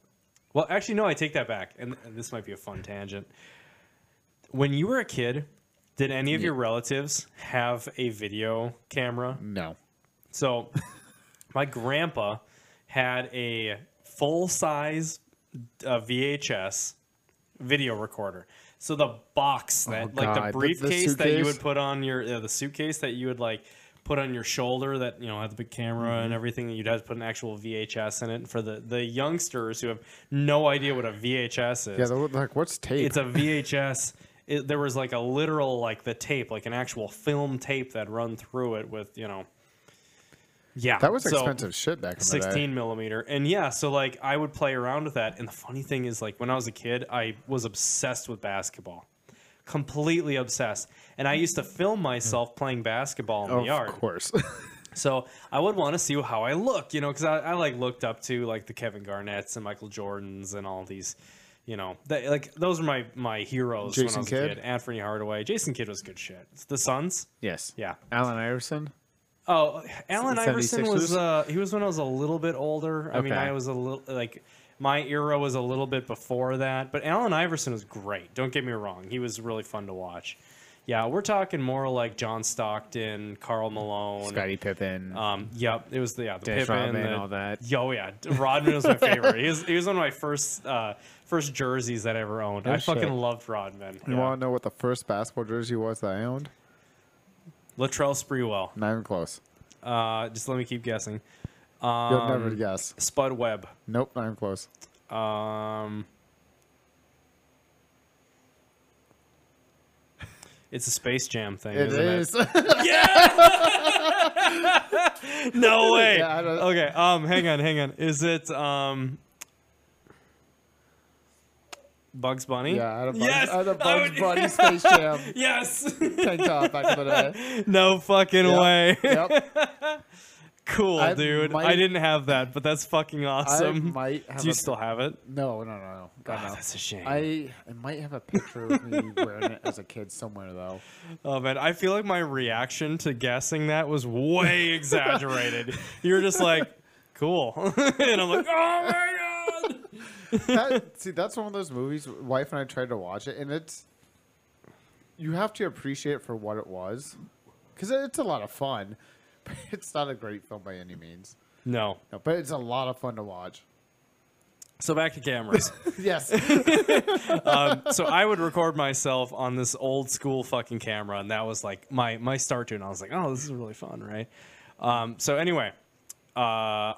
Well, actually, no, I take that back, and, and this might be a fun tangent. When you were a kid, did any of your relatives have a video camera? No, So, my grandpa had a full size uh, VHS video recorder. So the box that, like Oh, God, the- the the briefcase that you suitcase? would put on your, yeah, the suitcase that you would like put on your shoulder that you know had the big camera Mm-hmm. and everything. You'd have to put an actual VHS in it And for the the youngsters who have no idea what a VHS is. Yeah, they look like what's tape? it's a VHS. It, there was like a literal like the tape, like an actual film tape that run through it with you know. Yeah, that was so- expensive shit back in the day. 16 millimeter and yeah so like i would play around with that and the funny thing is like when i was a kid i was obsessed with basketball completely obsessed and i used to film myself playing basketball in the yard Of course. so i would want to see how i look you know because I, I like looked up to like the kevin garnetts and michael jordans and all these you know that, like those were my my heroes when i Jason was a Kidd? kid anthony hardaway jason kidd was good shit the suns yes. yeah Alan Iverson. Oh, Allen Iverson was 76ers? uh, he was when I was a little bit older. I mean, Okay. I was a little like my era was a little bit before that, but Allen Iverson was great. Don't get me wrong; he was really fun to watch. Yeah, we're talking more like John Stockton, Carl Malone. Scottie Pippen. Um, yep, it was the yeah the Dennis Pippen, Rodman, the- all that. Yo, yeah, Rodman was my favorite. he was he was one of my first uh, first jerseys that I ever owned. I Oh, shit. fucking loved Rodman. you yeah. want to know what the first basketball jersey was that I owned? Latrell Sprewell. Not even close. Uh, just let me keep guessing. You'll Um, never guess. Spud Webb. Nope, not even close. Um, it's a Space Jam thing, It isn't is. it? No way. Yeah, I don't- okay. Um, hang on, hang on. Is it um, Bugs Bunny? yeah, I had a Bugs, yes. I had a I Bugs would- Bunny Space Jam yes. tank top back in the day. no fucking way. Yep. cool, I dude. I might- didn't have that, but that's fucking I awesome. might have Do you a- still have it? No, no, no, no. God, Ah, no. that's a shame. I, I might have a picture of me wearing it as a kid somewhere though. Oh man, I feel like my reaction to guessing that was way exaggerated. You're just like, cool, and I'm like, oh my god. That, see, that's one of those movies. Wife and I tried to watch it, and it's you have to appreciate it for what it was, because it's a lot of fun. But it's not a great film by any means, No. No, but it's a lot of fun to watch. So back to cameras. Yes, um, so I would record myself on this old school fucking camera, and that was like my my start to it. And I was like, oh, this is really fun, right? Um, so anyway, uh,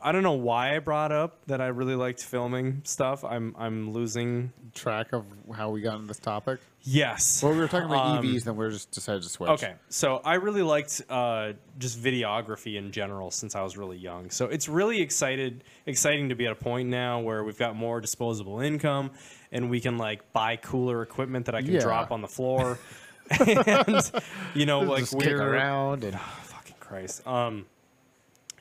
I don't know why I brought up that I really liked filming stuff. I'm I'm losing. track of how we got on this topic. Yes. Well, we were talking about Um, EVs, then we were just decided to switch. Okay, so I really liked uh, just videography in general since I was really young. So it's really excited, exciting to be at a point now where we've got more disposable income, and we can like buy cooler equipment that I can Yeah. drop on the floor, and you know, like just kick we're around and fucking Christ. Um,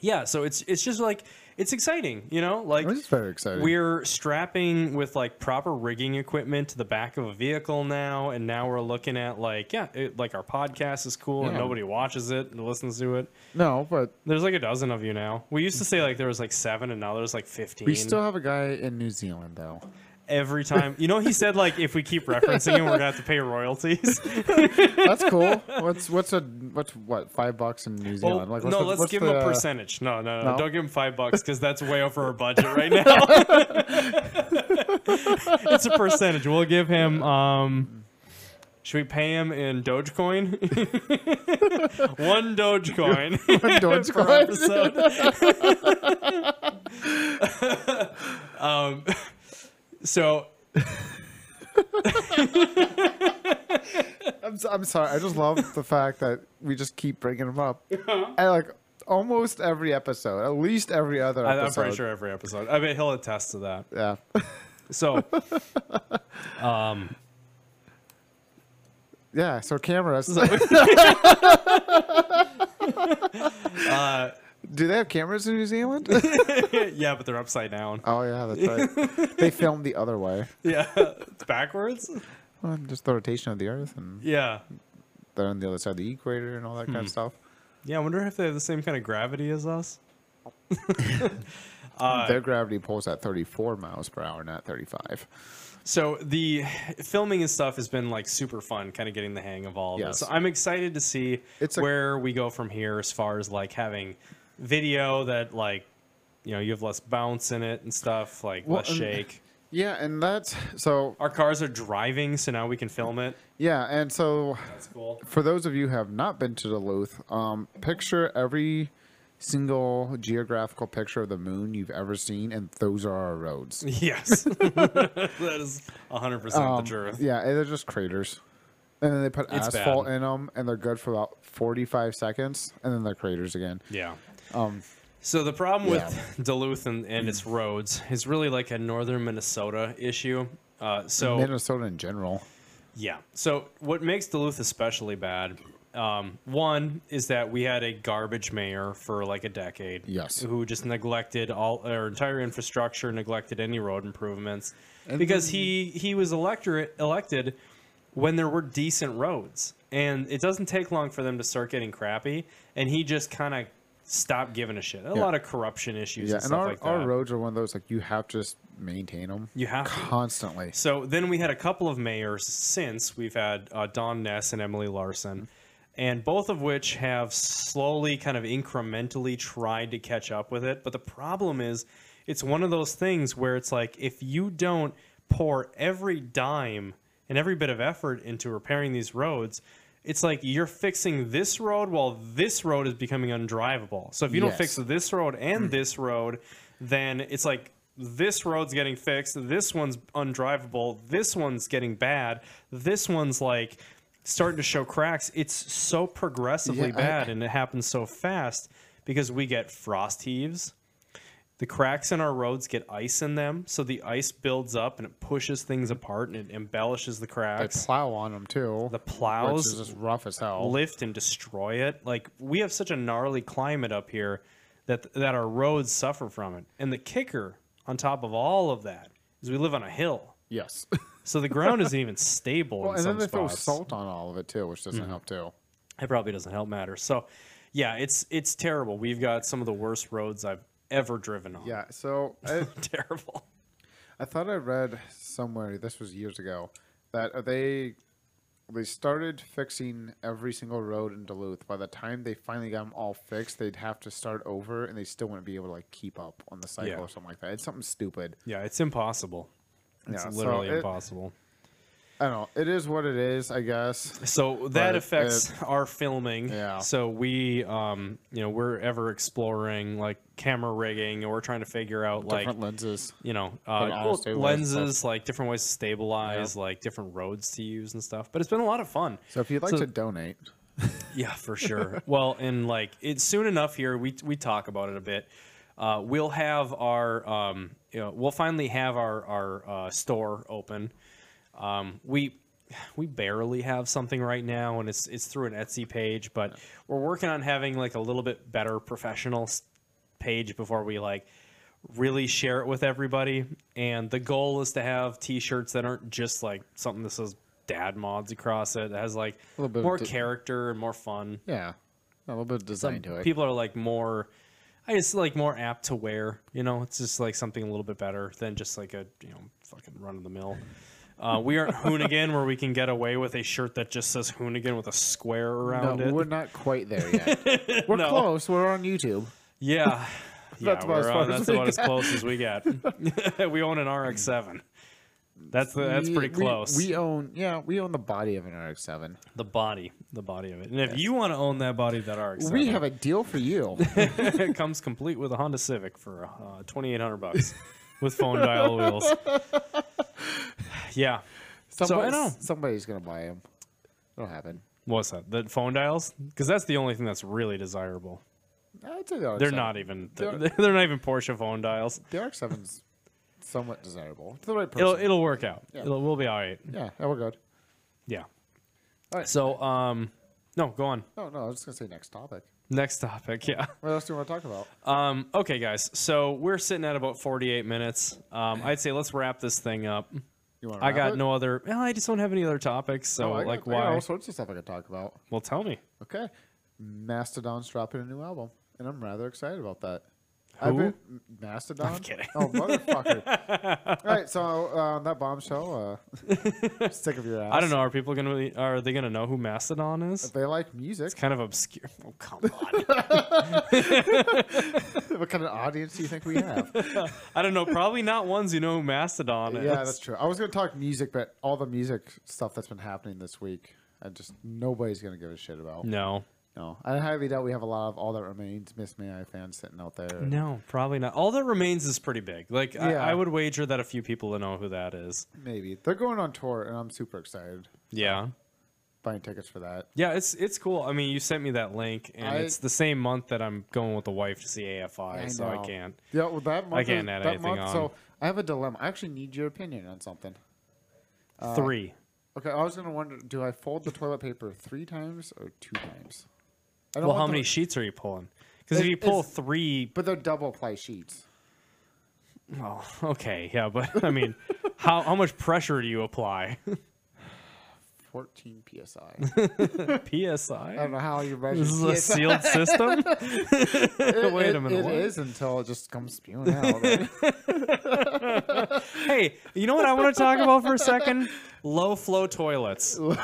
yeah. So it's it's just like it's exciting, you know, like It is very exciting. We're strapping with like proper rigging equipment to the back of a vehicle now, and now we're looking at like yeah, it, like our podcast is cool, and Yeah. nobody watches it and listens to it. no, but There's like a dozen of you now. We used to say like there was like seven, and now there's like fifteen. we still have a guy in New Zealand though. Every time, you know, he said like if we keep referencing him, we're gonna have to pay royalties. That's cool. What's what's a what's what five bucks in New Well, Zealand? what's no, the- let's what's give him a the- percentage. No, no, no, No? Don't give him five bucks because that's way over our budget right now. it's a percentage. We'll give him. Um, should we pay him in Dogecoin? One Dogecoin per Dogecoin. episode. um, so I'm, so, I'm sorry. I just love the fact that we just keep bringing them up. And like almost every episode, at least every other I, episode. I'm pretty sure every episode. I mean, he'll attest to that. Yeah. So, um, Yeah. So cameras. uh, Do they have cameras in New Zealand? yeah, but they're upside down. oh yeah, that's right. they film the other way. Yeah, it's backwards. Well, just the rotation of the Earth, and Yeah, they're on the other side of the equator and all that kind Hmm. of stuff. yeah. I wonder if they have the same kind of gravity as us. Uh, Their gravity pulls at 34 miles per hour, not 35. So the filming and stuff has been like super fun, kind of getting the hang of all of Yes. this. So I'm excited to see It's a- where we go from here as far as like having video that like you know you have less bounce in it and stuff, like Well, um, less and- shake. Yeah, and that's so. Our cars are driving, so now we can film it. Yeah, and so That's cool. for those of you who have not been to Duluth, um, picture every single geographical picture of the moon you've ever seen, and those are our roads. Yes. that is 100% Um, the truth. yeah, and they're just craters. And then they put It's bad. asphalt in 'em in them, and they're good for about 45 seconds, and then they're craters again. Yeah. Um, So the problem with Yeah. Duluth and, and its roads is really like a northern Minnesota issue. Uh, so Minnesota in general. yeah. So what makes Duluth especially bad? Um, one is that we had a garbage mayor for like a decade. Yes. Who just neglected all our entire infrastructure, neglected any road improvements, because he he was electorate elected when there were decent roads, and it doesn't take long for them to start getting crappy, and he just kind of stopped giving a shit. A lot of corruption issues Yeah, and and stuff our, like that. our roads are one of those like you have to just maintain them You have to. constantly. So then we had a couple of mayors since we've had uh, Don Ness and Emily Larson, and both of which have slowly, kind of incrementally tried to catch up with it. But the problem is, it's one of those things where it's like if you don't pour every dime and every bit of effort into repairing these roads. It's like you're fixing this road while this road is becoming undrivable. So if you don't Yes. Hmm. fix this road and this road, then it's like this road's getting fixed, this one's undrivable, this one's getting bad, this one's like starting to show cracks. It's so progressively Yeah, I- bad and it happens so fast because we get frost heaves. The cracks in our roads get ice in them, so the ice builds up and it pushes things apart and it embellishes the They cracks. plow on them too. The which plows is just rough as hell. lift and destroy it. Like we have such a gnarly climate up here that that our roads suffer from it. And the kicker on top of all of that is we live on a hill. yes. So the ground isn't even stable Well, in and some then they throw spots. Mm-hmm. salt on all of it too, which doesn't help too. it probably doesn't help matter. So yeah, it's it's terrible. We've got some of the worst roads I've ever driven on. Yeah. So I, terrible. I thought I read somewhere this was years ago that they they started fixing every single road in Duluth. By the time they finally got them all fixed, they'd have to start over, and they still wouldn't be able to like keep up on the cycle Yeah. or something like that. It's something stupid. Yeah, it's impossible. It's Yeah, so literally it- impossible. I don't know. It is what it is, I guess. So that But affects our filming. Yeah. So we, um, you know, we're ever exploring like camera rigging, and we're trying to figure out like, Different lenses. you know, uh, all well, stabilized lenses, like different ways to stabilize, like different roads to use and stuff. But it's been a lot of fun. So if you'd like So- to donate, Yeah, for sure. well, and like it's soon enough here. We we talk about it a bit. Uh, we'll have our um, you know, we'll finally have our our uh, store open. Um, we we barely have something right now, and it's it's through an Etsy page, but we're working on having like a little bit better professional s- page before we like really share it with everybody. And the goal is to have T-shirts that aren't just like something that says "Dad Mods" across it. That has like little bit of more di- character and more fun. yeah, a little bit of design to it. People are like more, I guess, like more apt to wear. You know, it's just like something a little bit better than just like a you know fucking run of the mill. Uh, we aren't Hoonigan where we can get away with a shirt that just says Hoonigan with a square no, around it. we're not quite there yet. we're No. close. We're on YouTube. Yeah. Yeah, That's about as we're, uh, far as that's we about as close as we get. we own an RX-7. That's the, that's We- pretty we- cluse. We, own, yeah, we own the body of an RX-7. the body, the body of it. And if you want to own that body, that RX-7, We have a deal for you. it comes complete with a Honda Civic for uh, twenty eight hundred bucks with phone dial wheels. Yeah. so I Somebody- know. somebody's gonna buy them. It'll happen. What's that? The phone dials? Because that's the only thing that's really desirable. I'd say the They're RX-7 not even. They're, They're- they're not even Porsche phone dials. The RX-7's somewhat desirable to the right person. It'll it'll work out. It'll, we'll be all right. yeah, yeah, we're good. Yeah. All right. So um, no, go on. Oh, No, no, I was just gonna say next topic. Next topic. Yeah. What else do you want to talk about? Um, okay, guys. So we're sitting at about 48 minutes. Um, I'd say let's wrap this thing up. You want? I got no other. Well, I just don't have any other topics. So, I got, like, I got why? all sorts of stuff I could talk about. Well, tell me. Okay, Mastodon's dropping a new album, and I'm rather excited about that. I've Who? been Mastodon. I'm kidding. Oh motherfucker! All right, so uh, on that bombshell, uh, stick of your ass. I don't know. Are people gonna be, are they gonna know who Mastodon is? If they like music, Kind of obscure. Oh come on. what kind of audience do you think we have? I don't know. Probably not ones who know who Mastodon is. yeah, that's true. I was going to talk music, but all the music stuff that's been happening this week, I just nobody's going to give a shit about. No. No, I highly doubt we have a lot of all that remains Miss May I fans sitting out there. No, probably not. All that remains is pretty big. Like Yeah. I, I would wager that a few people will know who that is. Maybe they're going on tour, and I'm super excited Yeah. buying tickets for that. Yeah, it's it's cool. I mean, you sent me that link, and I- it's the same month that I'm going with the wife to see AFI, so I know. can't. Yeah, well, that month is- can't add that anything month, on. So I have a dilemma. I actually need your opinion on something. Uh, Three. Okay, I was gonna wonder: Do I fold the toilet paper three times or two times? I don't Well, how want them- many sheets are you pulling? Because if It- you pull it's- three, But they're double ply sheets. oh, okay, yeah, but I mean, how how much pressure do you apply? 14 psi. I PSI. don't know how you measure. This is a PSI. sealed system. It- Wait it- a minute, It what? is until it just comes spewing out. right? Hey, you know what I want to talk about for a second? Low flow toilets. so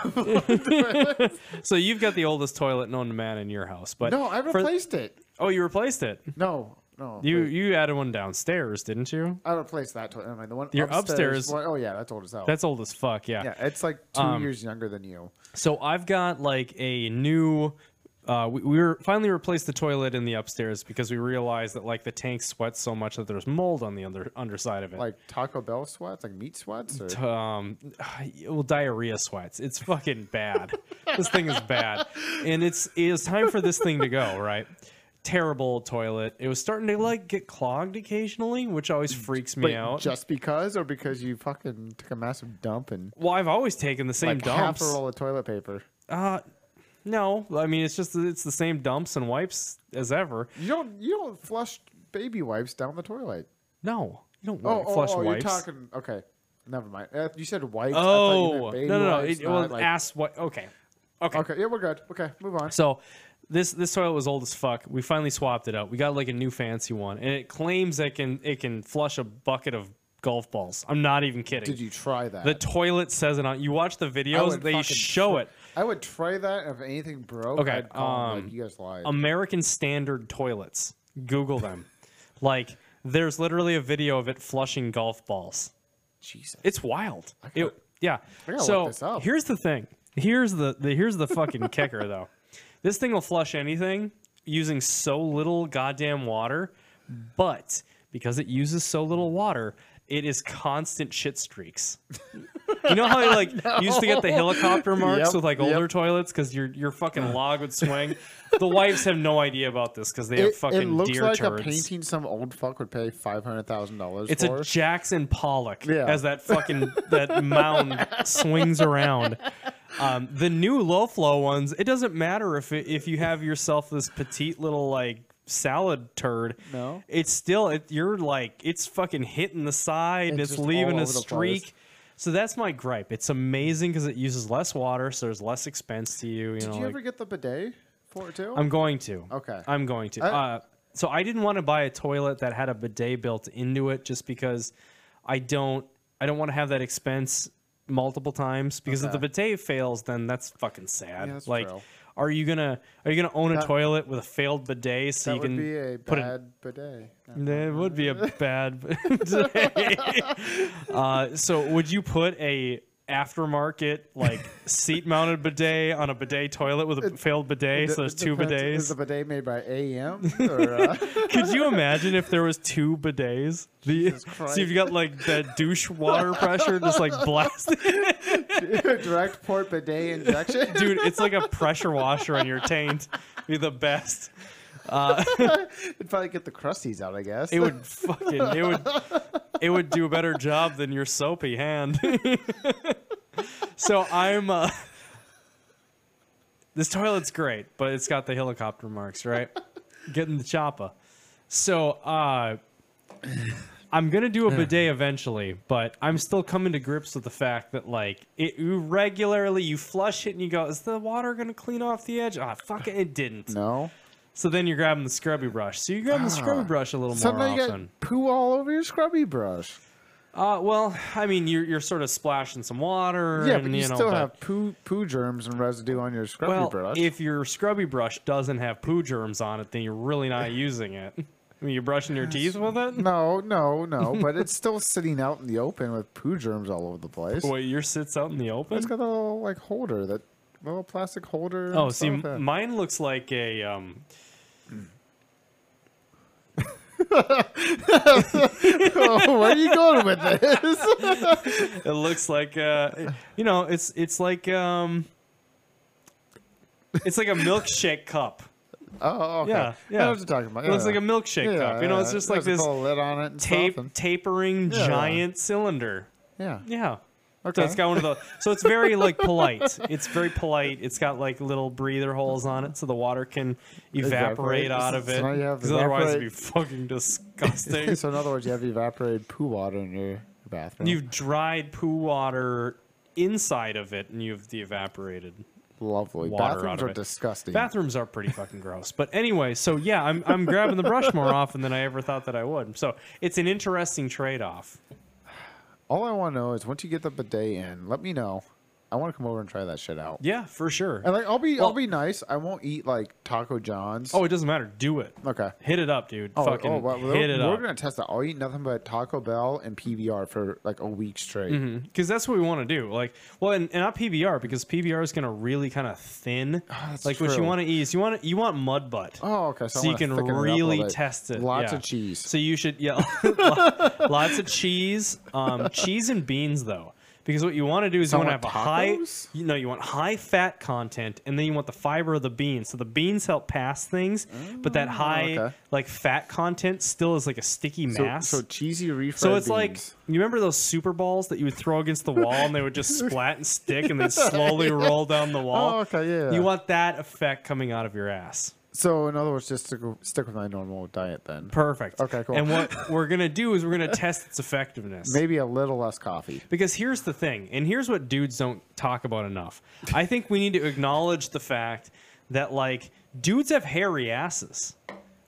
you've got the oldest toilet known to man in your house, but no, I for- replaced it. oh, you replaced it. No, no. You wait. you added one downstairs, didn't you? I replaced that toilet. I mean, the one Your upstairs. upstairs- one- oh yeah, that's old as hell. That's old as fuck, yeah. yeah, it's like two Um, years younger than you. So I've got like a new. Uh, we, we were finally replaced the toilet in the upstairs because we realized that like the tank sweats so much that there's mold on the under underside of it. Like Taco Bell sweats, like meat sweats, or um, well, diarrhea sweats. It's fucking bad. this thing is bad, and it's it is time for this thing to go. Right, terrible toilet. It was starting to like get clogged occasionally, which Mm, always freaks me Wait, out. just because, or because you fucking took a massive dump and well, I've always taken the same like half dumps. a roll of toilet paper. Uh, no, I mean it's just it's the same dumps and wipes as ever. You don't you don't flush baby wipes down the toilet. No, you don't Oh, wipe, oh, flush oh, wipes. you're talking. Okay, never mind. Uh, you said wipes. I thought you meant oh, no, baby no, no. wipes, It, well, not, like- ass what? Okay, okay. Okay, yeah, we're good. Okay, move on. So this this toilet was old as fuck. We finally swapped it out. We got like a new fancy one, and it claims it can it can flush a bucket of golf balls. I'm not even kidding. Did you try that? the toilet says it on. You watch the videos; would they fucking show try- it. I would try that if anything broke. Okay, I'd call 'em, um, like, you guys lied. American standard toilets. Google them. like there's literally a video of it flushing golf balls. Jesus. It's wild. gotta- It- yeah. I gotta So look this up. here's the thing. Here's the, the here's the fucking kicker though. This thing will flush anything using so little goddamn water, but because it uses so little water, it is constant shit streaks. You know how you like used to get the helicopter marks Yep, with like yep. older toilets because your your fucking log would swing. the wives have no idea about this because they have it, fucking it looks deer like turds. a painting some old fuck would pay five hundred thousand dollars It's for. a Jackson Pollock Yeah. as that fucking that mound swings around. Um, the new low flow ones, it doesn't matter if it, if you have yourself this petite little like salad turd. No. it's still it, you're like it's fucking hitting the side. It's It's, just all leaving a over the place. streak. So that's my gripe. It's amazing because it uses less water, so there's less expense to you. You know, Did you like- ever get the bidet for it too? I'm going to. Okay. I'm going to. I- uh, so I didn't want to buy a toilet that had a bidet built into it, just because I don't. I don't want to have that expense multiple times because if the Okay. bidet fails, then that's fucking sad. Yeah, that's like, true. are you gonna are you gonna own a That- toilet with a failed bidet so that you would can be a put an bad bidet. it would be a bad day. uh, so, would you put a aftermarket like seat-mounted bidet on a bidet toilet with a failed bidet? so there's It two depends. Is bidets. the bidet made by AM? Or, uh, Could you imagine if there was two bidets? The, Jesus so you've got like that douche water pressure just like blasting. direct port bidet injection? Dude, it's like a pressure washer on your taint. Be the best. It'd probably get the crusties out, I guess. It would fucking it would it would do a better job than your soapy hand. so I'm uh this toilet's great, but it's got the helicopter marks, right? Getting the choppa. So uh I'm gonna do a bidet eventually, but I'm still coming to grips with the fact that like it you regularly you flush it and you go, is the water gonna clean off the edge? Ah, fuck it, it didn't. No. So then you're grabbing the scrubby brush. So you're grabbing the scrubby brush a little more Suddenly Ah. you often. got poo all over your scrubby brush. Uh, well, I mean, you're you're sort of splashing some water. Yeah, and, but you, know, still have poo poo germs and residue on your scrubby Well, brush. if your scrubby brush doesn't have poo germs on it, then you're really not using it. I mean, you're brushing your teeth with it. no, no, no, but it's still sitting out in the open with poo germs all over the place. Wait, your sits out in the open. It's got a little like holder, that little plastic holder. and Oh, stuff see, like that. mine looks like a um. oh, where are you going with this? It looks like uh, you know, it's it's like um. It's like a milkshake cup. Oh, okay. Yeah, I yeah. know what you're talking about. It looks Yeah. like a milkshake Yeah, cup. You know, yeah. it's just like There's this a little lid on it and stuff tape and- tapering Yeah. giant cylinder. Yeah. Yeah. Okay. So it's got one of those. So it's very like polite. It's very polite. It's got like little breather holes on it, so the water can evaporate, Evaporate. out of So it. now you have Because otherwise, it'd evaporate. be fucking disgusting. so in other words, you have evaporated poo water in your bathroom. You've dried poo water inside of it, and you've the evaporated. Lovely. water out Bathrooms of are it. disgusting. Bathrooms are pretty fucking gross. But anyway, so yeah, I'm I'm grabbing the brush more often than I ever thought that I would. So it's an interesting trade-off. All I want to know is once you get the bidet in, let me know. I want to come over and try that shit out. Yeah, for sure. And like, I'll be, I'll Well- be nice. I won't eat like Taco John's. Oh, it doesn't matter. Do it. okay. Hit it up, dude. Oh, fucking oh, well, we're, hit it we're up. gonna test that. I'll eat nothing but Taco Bell and PBR for like a week straight. because that's what we want to do. Like, well, and, and not PBR because PBR is going to really kind of thin. Ah, that's like, what you true. want to eat is you want you want mud butt. Oh, okay. So, So I you wanna can thicken it up a really little bit. test it. Lots yeah. of cheese. So you should, yeah, lots of cheese, um, cheese and beans though, because what you want to do is So I you want to have want a high, tacos? you know, you want high fat content, and then you want the fiber of the beans. So the beans help pass things, but that high Mm, okay. like fat content still is like a sticky so, mass. so cheesy refried. So it's like beans. you remember those super balls that you would throw against the wall and they would just splat and stick and then slowly roll down the wall. Oh, okay, yeah, yeah. You want that effect coming out of your ass. So in other words, just stick, stick with my normal diet then. Perfect. Okay, cool. And what we're gonna do is we're gonna test its effectiveness. Maybe a little less coffee. Because here's the thing, and here's what dudes don't talk about enough. I think we need to acknowledge the fact that like dudes have hairy asses.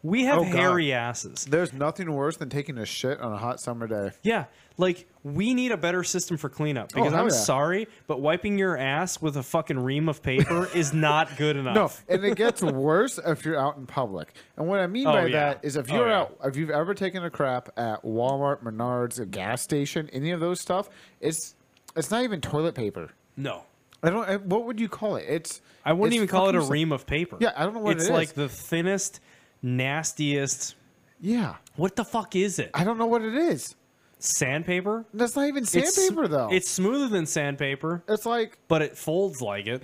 We have Oh, God. hairy asses. There's nothing worse than taking a shit on a hot summer day. Yeah, like we need a better system for cleanup because Oh, hell I'm yeah. sorry, but wiping your ass with a fucking ream of paper is not good enough. No, and it gets worse if you're out in public. And what I mean Oh, by yeah. that is if Oh, you're yeah. out, if you've ever taken a crap at Walmart, Menards, a gas station, any of those stuff, it's it's not even toilet paper. no. I don't. I, what would you call it? It's. I wouldn't it's even call it a fucking- ream of paper. Yeah, I don't know what it's it is. like the thinnest, nastiest. Yeah, What the fuck is it? I don't know what it is. Sandpaper? That's not even It's- sandpaper though. It's smoother than sandpaper, it's like but it folds like it.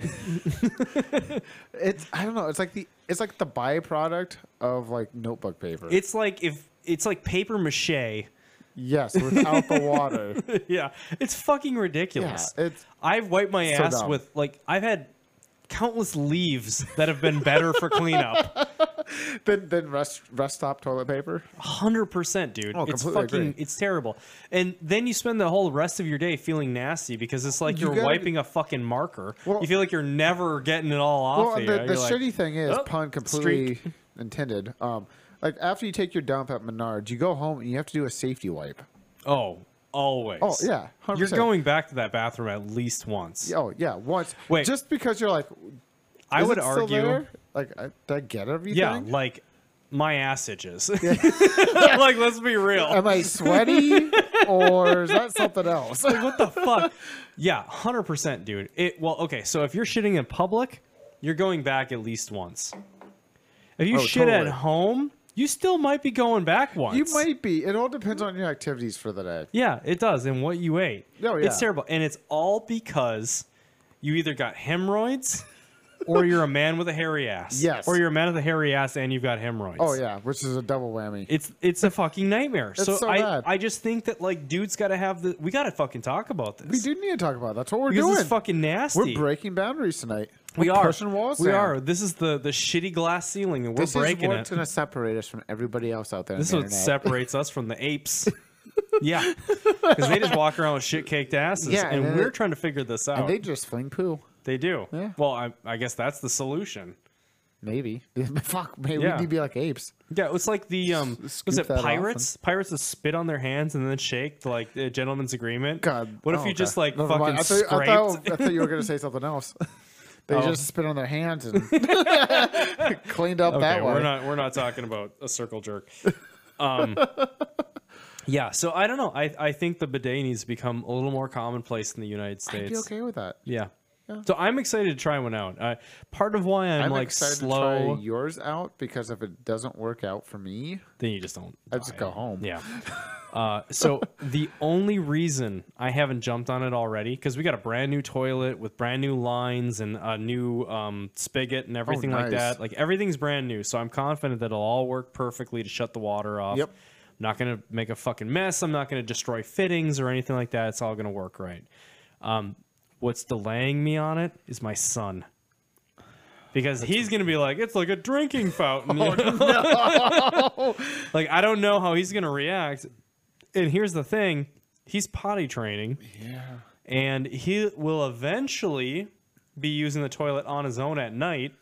it's. I don't know. It's like the it's like the byproduct of like notebook paper. It's like if it's like paper mache. yes, without the water. yeah, it's fucking ridiculous. Yeah, it's- I've wiped my so ass dumb. with like I've had countless leaves that have been better for cleanup. Then then rest rest stop toilet paper. Hundred percent, dude. Oh, it's completely fucking agree. it's terrible. And then you spend the whole rest of your day feeling nasty because it's like You you're gotta- wiping a fucking marker. Well- you feel like you're never getting it all off. Well, of the, you. the You're like, shitty thing is, "Oh, pun completely intended. Um, like after you take your dump at Menards, you go home and you have to do a safety wipe. Oh, always. Oh, yeah, you are 100%. going back to that bathroom at least once. Oh yeah, once. Wait. just because you're like, I is would it still argue. there? like, I, did I get everything? Yeah, like my ass itches. like, let's be real. Am I sweaty or is that something else? What the fuck? Yeah, hundred percent, dude. It well, okay. So if you're shitting in public, you're going back at least once. If you Oh, shit at totally. home, you still might be going back once. you might be. It all depends on your activities for the day. Yeah, it does, and what you ate. Oh, yeah. It's terrible, and it's all because you either got hemorrhoids. or you're a man with a hairy ass. Yes. Or you're a man with a hairy ass and you've got hemorrhoids. Oh yeah, which is a double whammy. It's it's a fucking nightmare. so so I bad. I just think that like dudes got to have the we got to fucking talk about this. we do need to talk about. It. That's what we're because doing. it's fucking nasty. we're breaking boundaries tonight. We We're are pushing walls. We down. are. This is the the shitty glass ceiling and we're This is breaking what's it. going to separate us from everybody else out there. This is on the what internet. separates us from the apes. yeah, because they just walk around with shit caked asses, Yeah, and and, then we're it- trying to figure this out. And they They, just fling poo. do. Yeah. Well, I, I guess that's the solution. Maybe. Fuck, maybe Yeah. we'd be like apes. Yeah, it's like the um, S- was scoop it that off pirates? Pirates that spit on their hands and then shake like the gentleman's agreement. God. what if oh, you okay. just like Never fucking mind. I scraped? thought, I, thought, I thought you were going to say something else. They Oh. just spit on their hands and cleaned up okay, that way. we're not we're not talking about a circle jerk. Um, yeah, so I don't know. I I think the bidet needs to become a little more commonplace in the United I'd States. be okay with that. Yeah. Yeah. So I'm excited to try one out. Uh, part of why I'm, I'm like excited slow, to try yours out because if it doesn't work out for me, then you just don't. I just buy go it. home. Yeah. Uh, so the only reason I haven't jumped on it already because we got a brand new toilet with brand new lines and a new um, spigot and everything like nice. that. Like everything's brand new, so I'm confident that it'll all work perfectly to shut the water off. Yep. I'm not gonna make a fucking mess. I'm not gonna destroy fittings or anything like that. It's all gonna work right. Um, what's delaying me on it is my son. Because he's gonna be like, it's like a drinking fountain. Oh, you know? Like I don't know how he's gonna react. And here's the thing: he's potty training, Yeah. and he will eventually be using the toilet on his own at night.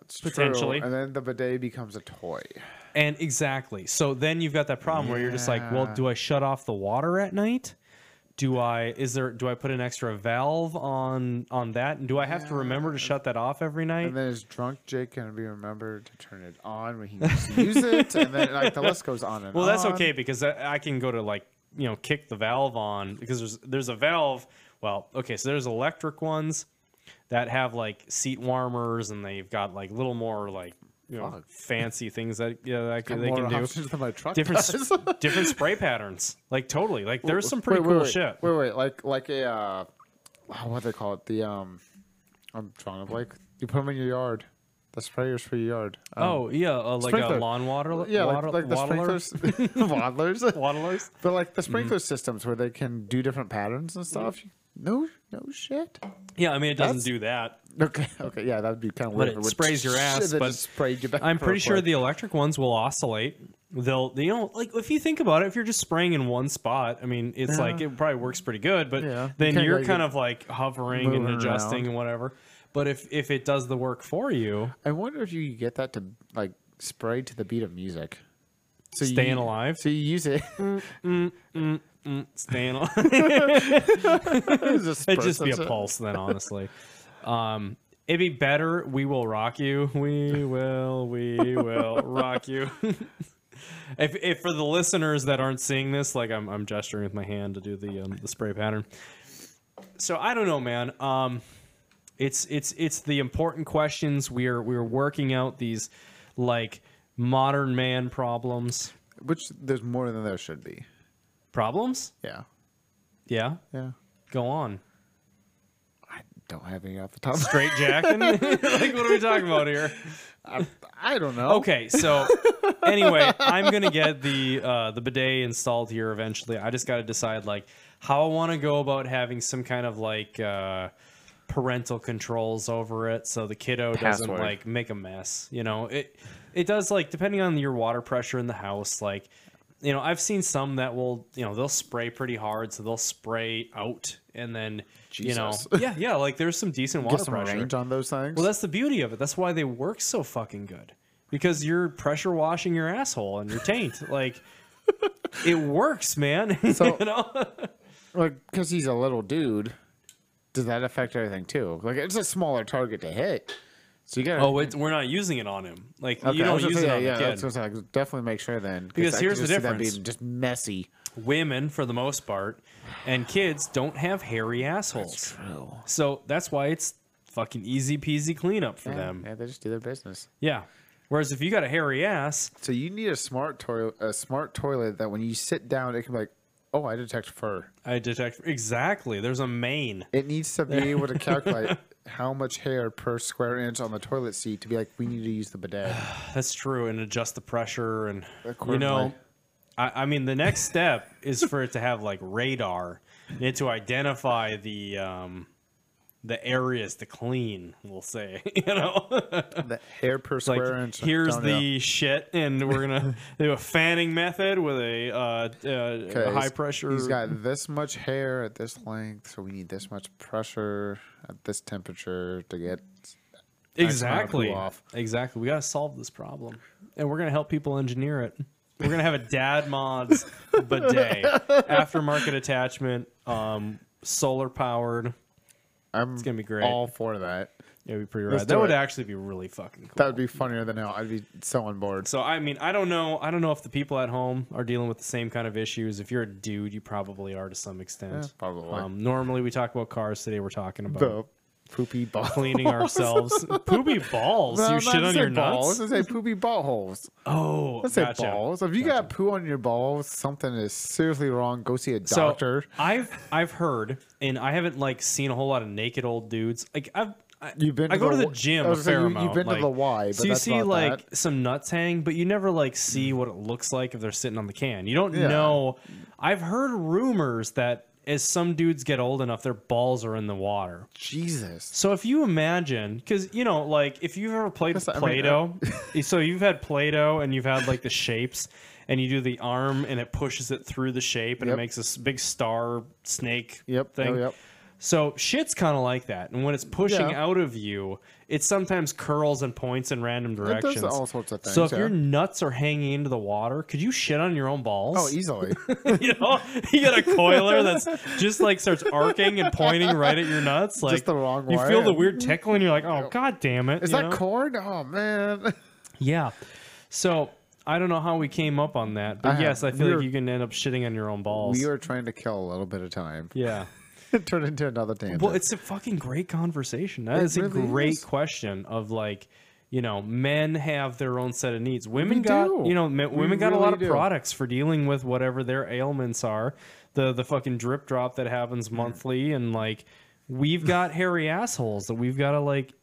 That's true. Potentially. And then the bidet becomes a toy. And exactly. So then you've got that problem where you're just like, well, do I shut off the water at night? Do I is there do I put an extra valve on on that? And do I have to remember to shut that off every night? And then is drunk Jake going to be remembered to turn it on when he needs to use it? And then like the list goes on and Well, on. that's okay because I, I can go to like you know kick the valve on because there's there's a valve. Well, okay, so there's electric ones that have like seat warmers and they've got like little more like you know Fuck. fancy things that yeah that Got they more can do options than my truck different does. s- different spray patterns. Like totally, like there's some Wait, pretty wait, cool wait, shit. Wait, wait, like like a uh, oh, what they call it? The um, I'm trying to like you put them in your yard. The sprayers for your yard. Um, Oh yeah, uh, like sprinkler. a lawn water, yeah, Oh, water, like, like the waddler, sprinklers, waddlers, waddlers. but like Mm-hmm. the sprinkler systems where they can do different patterns and stuff. No, no shit. Yeah, I mean it doesn't That's- do that. Okay, okay, yeah, that'd be kind of But weird. it if would sprays your ass, then but just sprayed you back I'm for a pretty sure flick. the electric ones will oscillate. They'll, you know, like if you think about it, if you're just spraying in one spot, I mean, it's like it probably works pretty good, but Yeah. then Kinda you're gotta kind get- of like hovering and moving adjusting around. and whatever. But if if it does the work for you, I wonder if you could get that to like spray to the beat of music. So you- Staying alive? So you use it. staying, on- It'd it'd just be a pulse then, honestly. Um, it'd be better. We will rock you. We will. We will rock you. If, if for the listeners that aren't seeing this, like I'm, I'm gesturing with my hand to do the um, the spray pattern. So I don't know, man. Um, it's it's it's the important questions. We're we're working out these like modern man problems. Which there's more than there should be. Problems? Yeah. Yeah. Yeah. Go on. I don't have any off the top. Straight jacking. like what are we talking about here? I don't know. Okay, so anyway, I'm gonna get the uh, the bidet installed here eventually. I just gotta decide like how I want to go about having some kind of like uh, parental controls over it, so the kiddo doesn't Password. like make a mess. You know, it it does like depending on your water pressure in the house, like. You know, I've seen some that will, you know, they'll spray pretty hard, so they'll spray out, and then, Jesus. you know, yeah, yeah, like there's some decent water Get some pressure. range on those things. Well, that's the beauty of it. That's why they work so fucking good because you're pressure washing your asshole and your taint. like, it works, man. So- You know? like because he's a little dude. Does that affect everything too? Like it's a smaller target to hit. So you gotta. Oh, it's, we're not using it on him. Like, Okay, you I don't was gonna use say, it on yeah, the I kid. was gonna say, like, definitely make sure then. 'cause Because I can here's the just see that being difference. just messy. Women, for the most part, and kids don't have hairy assholes. True. So that's why it's fucking easy peasy cleanup for them. Yeah, they just do their business. Yeah. Whereas if you got a hairy ass, So you need a smart toilet, a smart toilet that when you sit down, it can be like, oh, I detect fur. I detect exactly. There's a mane. It needs to be able to calculate how much hair per square inch on the toilet seat to be like, we need to use the bidet. That's true, and adjust the pressure and you know, Accordingly. I, I mean, the next step is for it to have like radar and to identify the um, the areas to clean. We'll say, you know, the hair per like square inch. here's down the there. shit, and we're gonna do a fanning method with a uh, uh, Okay, high he's- pressure. He's got this much hair at this length, so we need this much pressure at this temperature to get X amount of poo Exactly. off. Exactly. We got to solve this problem. And we're going to help people engineer it. We're going to have a dad mods bidet, aftermarket attachment, um, solar powered. I'm gonna be great. All for that. Yeah, we pretty Let's right. do That would it. actually be really fucking cool. That would be funnier than hell. I'd be so on board. So I mean, I don't know. I don't know if the people at home are dealing with the same kind of issues. If you're a dude, you probably are to some extent. Yeah, probably. Um, normally we talk about cars. Today we're talking about The poopy ball. cleaning ourselves. Poopy balls. No, you I'm not shit on saying your balls. nuts. I say poopy ballholes. Oh, I say balls. If you got poo on your balls, something is seriously wrong. Go see a So doctor. I've I've heard, and I haven't like seen a whole lot of naked old dudes. Like I've. I, You've been I to go the to the Y- gym I a was gonna say, fair you- amount. you've been to like- the Y, but so you that's see about like that. some nuts hang, but you never like see what it looks like if they're sitting on the can. You don't Yeah. know. I've heard rumors that as some dudes get old enough, their balls are in the water. Jesus. So if you imagine, because you know, like if you've ever played with I mean, Play-Doh, so you've had Play-Doh and you've had like the shapes, and you do the arm and it pushes it through the shape and it Yep. makes this big star snake Yep. thing. Oh, yep. So shit's kind of like that, and when it's pushing Yeah. out of you, it sometimes curls and points in random directions. all sorts of So if things, your yeah. nuts are hanging into the water, could you shit on your own balls? Oh, easily. you know, you got a coiler that's just like starts arcing and pointing right at your nuts. Like the wrong You way. feel the weird tickle, and you're like, "Oh god damn it!" Is you that know? corn? Oh man. Yeah. So I don't know how we came up on that, but I have- yes, I feel we like were- you can end up shitting on your own balls. We are trying to kill a little bit of time. yeah. It turned into another tangent. Well, it's a fucking great conversation. That It is a really great is. question of like, you know, men have their own set of needs. Women We got, do. you know, men, We women got a lot really of do. products for dealing with whatever their ailments are. The the fucking drip drop that happens Mm. monthly, and like, we've got hairy assholes that we've got to like,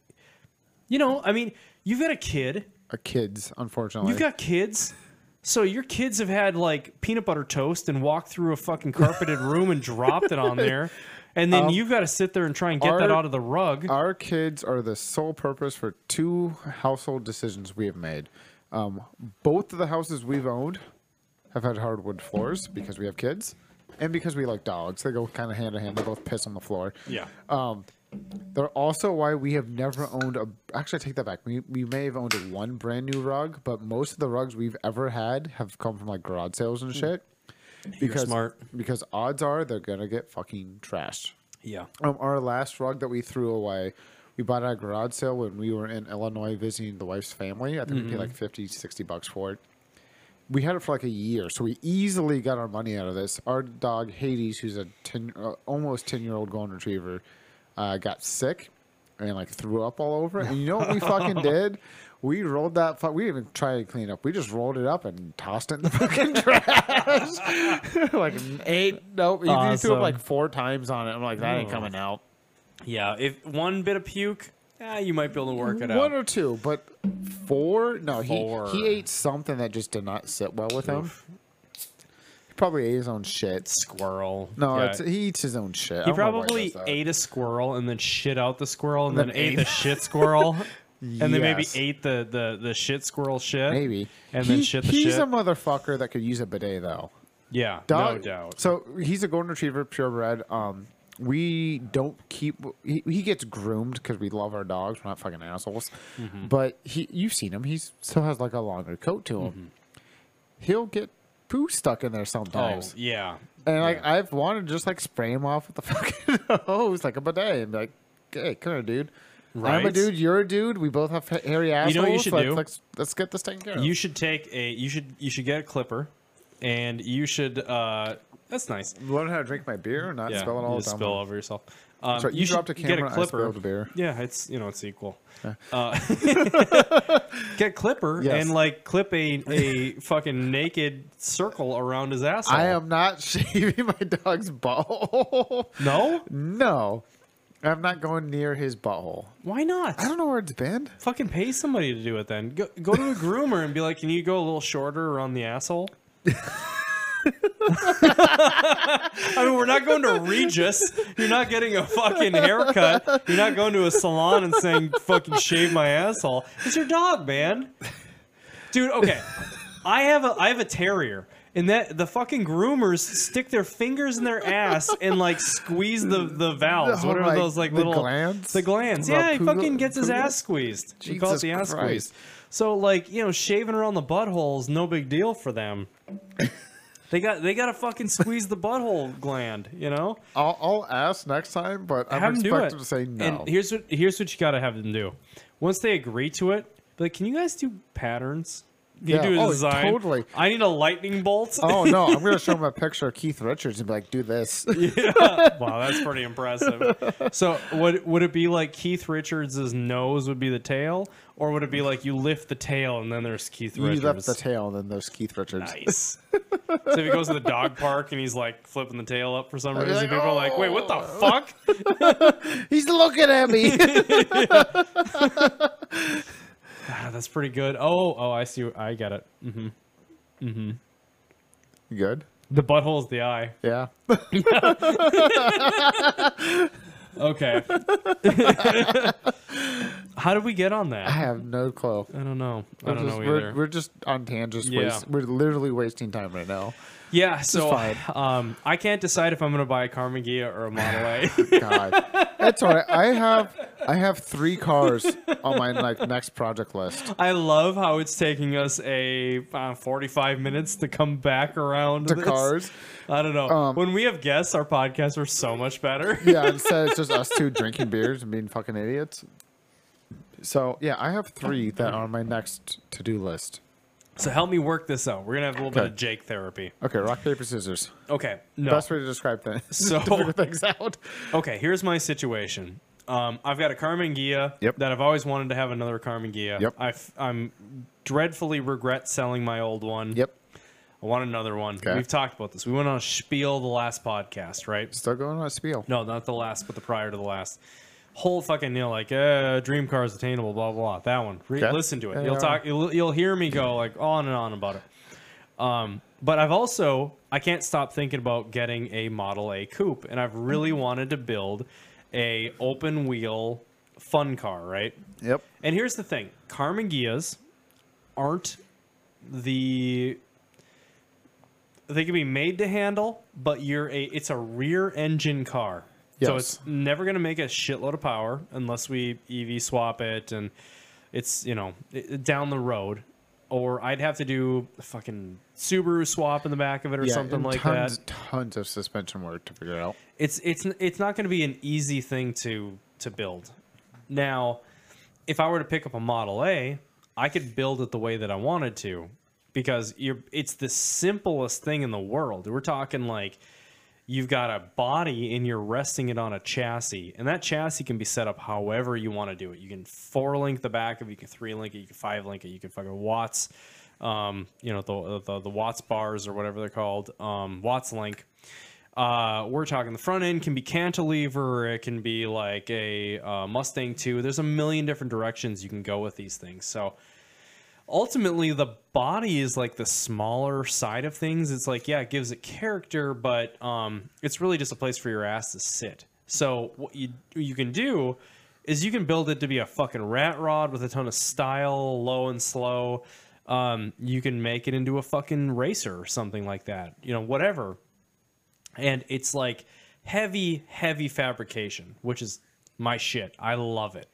you know, I mean, you've got a kid, a kids, unfortunately. You've got kids. So your kids have had like peanut butter toast and walked through a fucking carpeted room and dropped it on there. And Um, then you've got to sit there and try and get that our- out of the rug. Our kids are the sole purpose for two household decisions we have made. Um, both of the houses we've owned have had hardwood floors because we have kids and because we like dogs. They go kind of hand in hand. They both piss on the floor. yeah. uh, They're also why we have never owned a. Actually, I take that back. We, we may have owned one brand new rug, but most of the rugs we've ever had have come from like garage sales and shit. Because Hmm. smart. because odds are they're gonna get fucking trashed. yeah. Um, our last rug that we threw away, we bought at a garage sale when we were in Illinois visiting the wife's family. I think we paid like 50, 60 bucks for it. We had it for like a year, so we easily got our money out of this. Our dog Hades, who's a ten, uh, almost ten year old golden retriever, uh, got sick and like threw up all over it. And you know what we fucking did? We rolled that. Fu- we didn't even try to clean up. We just rolled it up and tossed it in the fucking trash. like eight. Nope. He he threw Awesome. up like four times on it. I'm like, that ain't coming out. Yeah. If one bit of puke, ah, you might be able to work it One out. or two, but four? No, Four. he he ate something that just did not sit well with him. He probably ate his own shit. Squirrel. No, Yeah. it's, he eats his own shit. he probably ate a squirrel and then shit out the squirrel and, then, then ate ate- the shit squirrel. And then maybe Yes. ate the, the, the shit squirrel shit. Maybe. And He- then shit the He's shit. a motherfucker that could use a bidet though. yeah. Dog- No doubt. So he's a golden retriever, purebred. Um, we don't keep. He, he gets groomed because we love our dogs. We're not fucking assholes. Mm-hmm. But he, you've seen him. He still has like a longer coat to Mm-hmm. him. He'll get poo stuck in there Oh, sometimes. yeah. And like I've wanted to just like spray him off with the fucking hose like a bidet and be like, hey, come here, dude. I'm a Right? dude. You're a dude. We both have ha- hairy assholes. know what you should let's, do? Let's, let's get this taken care of. You should take a you should you should get a clipper, and you should uh that's nice. learn how to drink my beer and not Yeah, spill it all you the just time. spill over yourself. Um, right, you should dropped a get camera, a I clipper. spilled a beer. Yeah, it's you know it's equal. Uh, get a clipper Yes. and like clip a a fucking naked circle around his asshole. I am not shaving my dog's butthole. no. no, I'm not going near his butthole. Why not? I don't know where it's been. Fucking pay somebody to do it then. Go, go to a groomer and be like, can you go a little shorter around the asshole? I mean, we're not going to Regis. You're not getting a fucking haircut. You're not going to a salon and saying, fucking shave my asshole. It's your dog, man. Dude, okay. I have a I have a terrier. And that the fucking groomers stick their fingers in their ass and like squeeze the the valves, Oh, whatever like, those like the little glands? The glands, Little yeah. He poodle- fucking gets his poodle? ass squeezed. we call it Jesus the ass Christ. squeeze. So like you know, shaving around the butthole is no big deal for them. they got they got to fucking squeeze the butthole gland, you know. I'll, I'll ask next time, but I'm have them do it. expected to say no. And here's what here's what you got to have them do. Once they agree to it, be like, can you guys do patterns? Can Yeah. you do a Oh, design? totally. I need a lightning bolt. oh no, I'm gonna show him a picture of Keith Richards and be like, "Do this." wow, that's pretty impressive. So, would would it be like Keith Richards' nose would be the tail, or would it be like you lift the tail and then there's Keith You Richards? left the tail, and then there's Keith Richards. nice. so if he goes to the dog park and he's like flipping the tail up for some reason, like, "Oh." people are like, "Wait, what the fuck?" He's looking at me. Ah, that's pretty good. Oh, oh, I see. I get it. Good. The butthole's the eye. Yeah. Okay. How did we get on I that? have no clue. I don't know. I We're don't just, know we're, either. we're just on tangents. Yeah. Waste, we're literally wasting time right now. yeah, so fine. um, I can't decide if I'm going to buy a Karmann Ghia or a Model A. God, that's all right. I have I have three cars on my like next project list I love how it's taking us a uh, 45 minutes to come back around to this. cars. I don't know. Um, when we have guests, our podcasts are so much better. Yeah, instead it's just us two drinking beers and being fucking idiots. So yeah, I have three that are on my next to do list. so help me work this out. We're gonna have a little bit Okay. of Jake therapy. Okay, rock paper scissors. Okay. No. Best way to describe things. So- to figure things out. Okay, here's my situation. Um, I've got a Carmen Gia Yep. that I've always wanted to have another Carmen Gia. Yep. I am dreadfully regret selling my old one. Yep, I want another one. Okay. We've talked about this. We went on a spiel the last podcast, right? still going on a spiel. No, not the last, but the prior to the last. Whole fucking deal, like uh, dream car is attainable, blah blah. blah. That one, Re- Okay. listen to it. Yeah, You'll yeah. talk. You'll, you'll hear me go like on and on about it. Um, but I've also I can't stop thinking about getting a Model A coupe, and I've really wanted to build a open wheel fun car, right? Yep. And here's the thing: Carmen Gias aren't the they can be made to handle, but you're a it's a rear engine car, so Yes. it's never going to make a shitload of power unless we EV swap it, and it's you know i- down the road. Or I'd have to do a fucking Subaru swap in the back of it or Yeah, something and like tons, that. Tons of suspension work to figure out. It's it's n- it's not going to be an easy thing to to build. Now, if I were to pick up a Model A, I could build it the way that I wanted to because you're it's the simplest thing in the world. We're talking like you've got a body and you're resting it on a chassis, and that chassis can be set up however you want to do it. You can four link the back of it, you can three link it, you can five link it, you can fucking watts, um, you know the, the the watts bars or whatever they're called, um, watts link. Uh, we're talking the front end can be cantilever, it can be like a uh, Mustang 2. There's a million different directions you can go with these things. So ultimately, the body is like the smaller side of things. It's like, yeah, it gives it character, but um, it's really just a place for your ass to sit. So what you you can do is you can build it to be a fucking rat rod with a ton of style, low and slow. Um, you can make it into a fucking racer or something like that. You know, whatever and it's like heavy, heavy fabrication, which is my shit. I love it.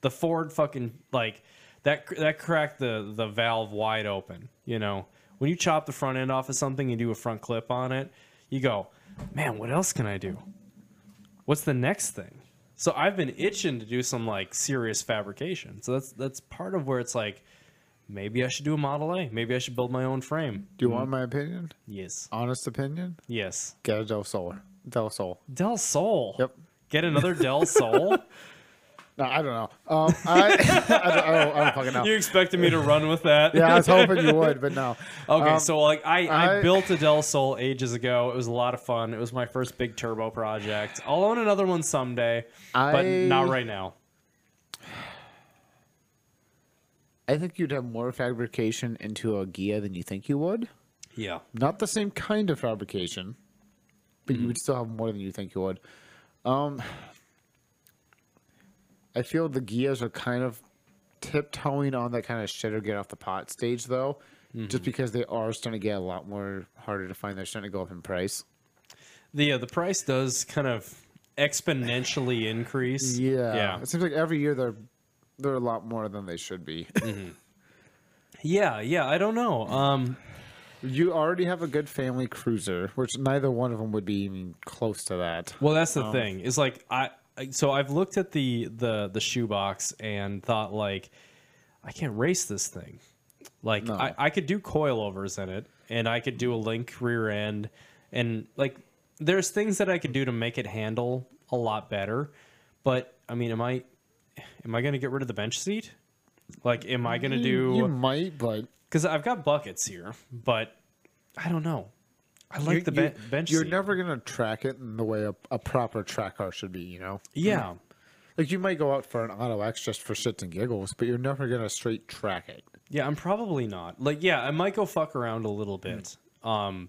The Ford fucking like that that cracked the the valve wide open. You know, when you chop the front end off of something and do a front clip on it, you go, man, what else can I do? What's the next thing? So I've been itching to do some like serious fabrication. So that's that's part of where it's like, maybe I should do a Model A. Maybe I should build my own frame. Do you want my opinion? Yes, Honest opinion? yes. Get a Del Sol. Del Sol. Del Sol. Yep. Get another Del Sol. No, I don't know. Um, I, I, don't, I, don't, I don't fucking know. you expected me to run with that? Yeah, I was hoping you would, but no. Okay, Um, so like I, I, I- built a Del Sol ages ago. It was a lot of fun. It was my first big turbo project. I'll own another one someday, but not I- right now. I think you'd have more fabrication into a Gia than you think you would. Yeah. Not the same kind of fabrication, but you would still have more than you think you would. Um, I feel the Gias are kind of tiptoeing on that kind of shit or get off the pot stage, though. just because they are starting to get a lot more harder to find. They're starting to go up in price. The, yeah, the price does kind of exponentially increase. Yeah. Yeah. It seems like every year they're they're a lot more than they should be. Yeah. Yeah. I don't know. Um, you already have a good family cruiser, which neither one of them would be even close to that. Well, that's Um, the thing. Is like I I- so I've looked at the the the shoebox and thought like I can't race this thing. Like No. I, I could do coilovers in it and I could do a link rear end and like there's things that I could do to make it handle a lot better. But I mean, am I am I going to get rid of the bench seat? Like am I going to do You might, but cuz I've got buckets here, but I don't know. I like you- the you- be- bench You're seat. never gonna track it in the way a, a proper track car should be. You know, yeah. like you might go out for an auto X just for shits and giggles, but you're never gonna straight track it. Yeah, I'm probably not. Like, yeah, I might go fuck around a little bit. Um,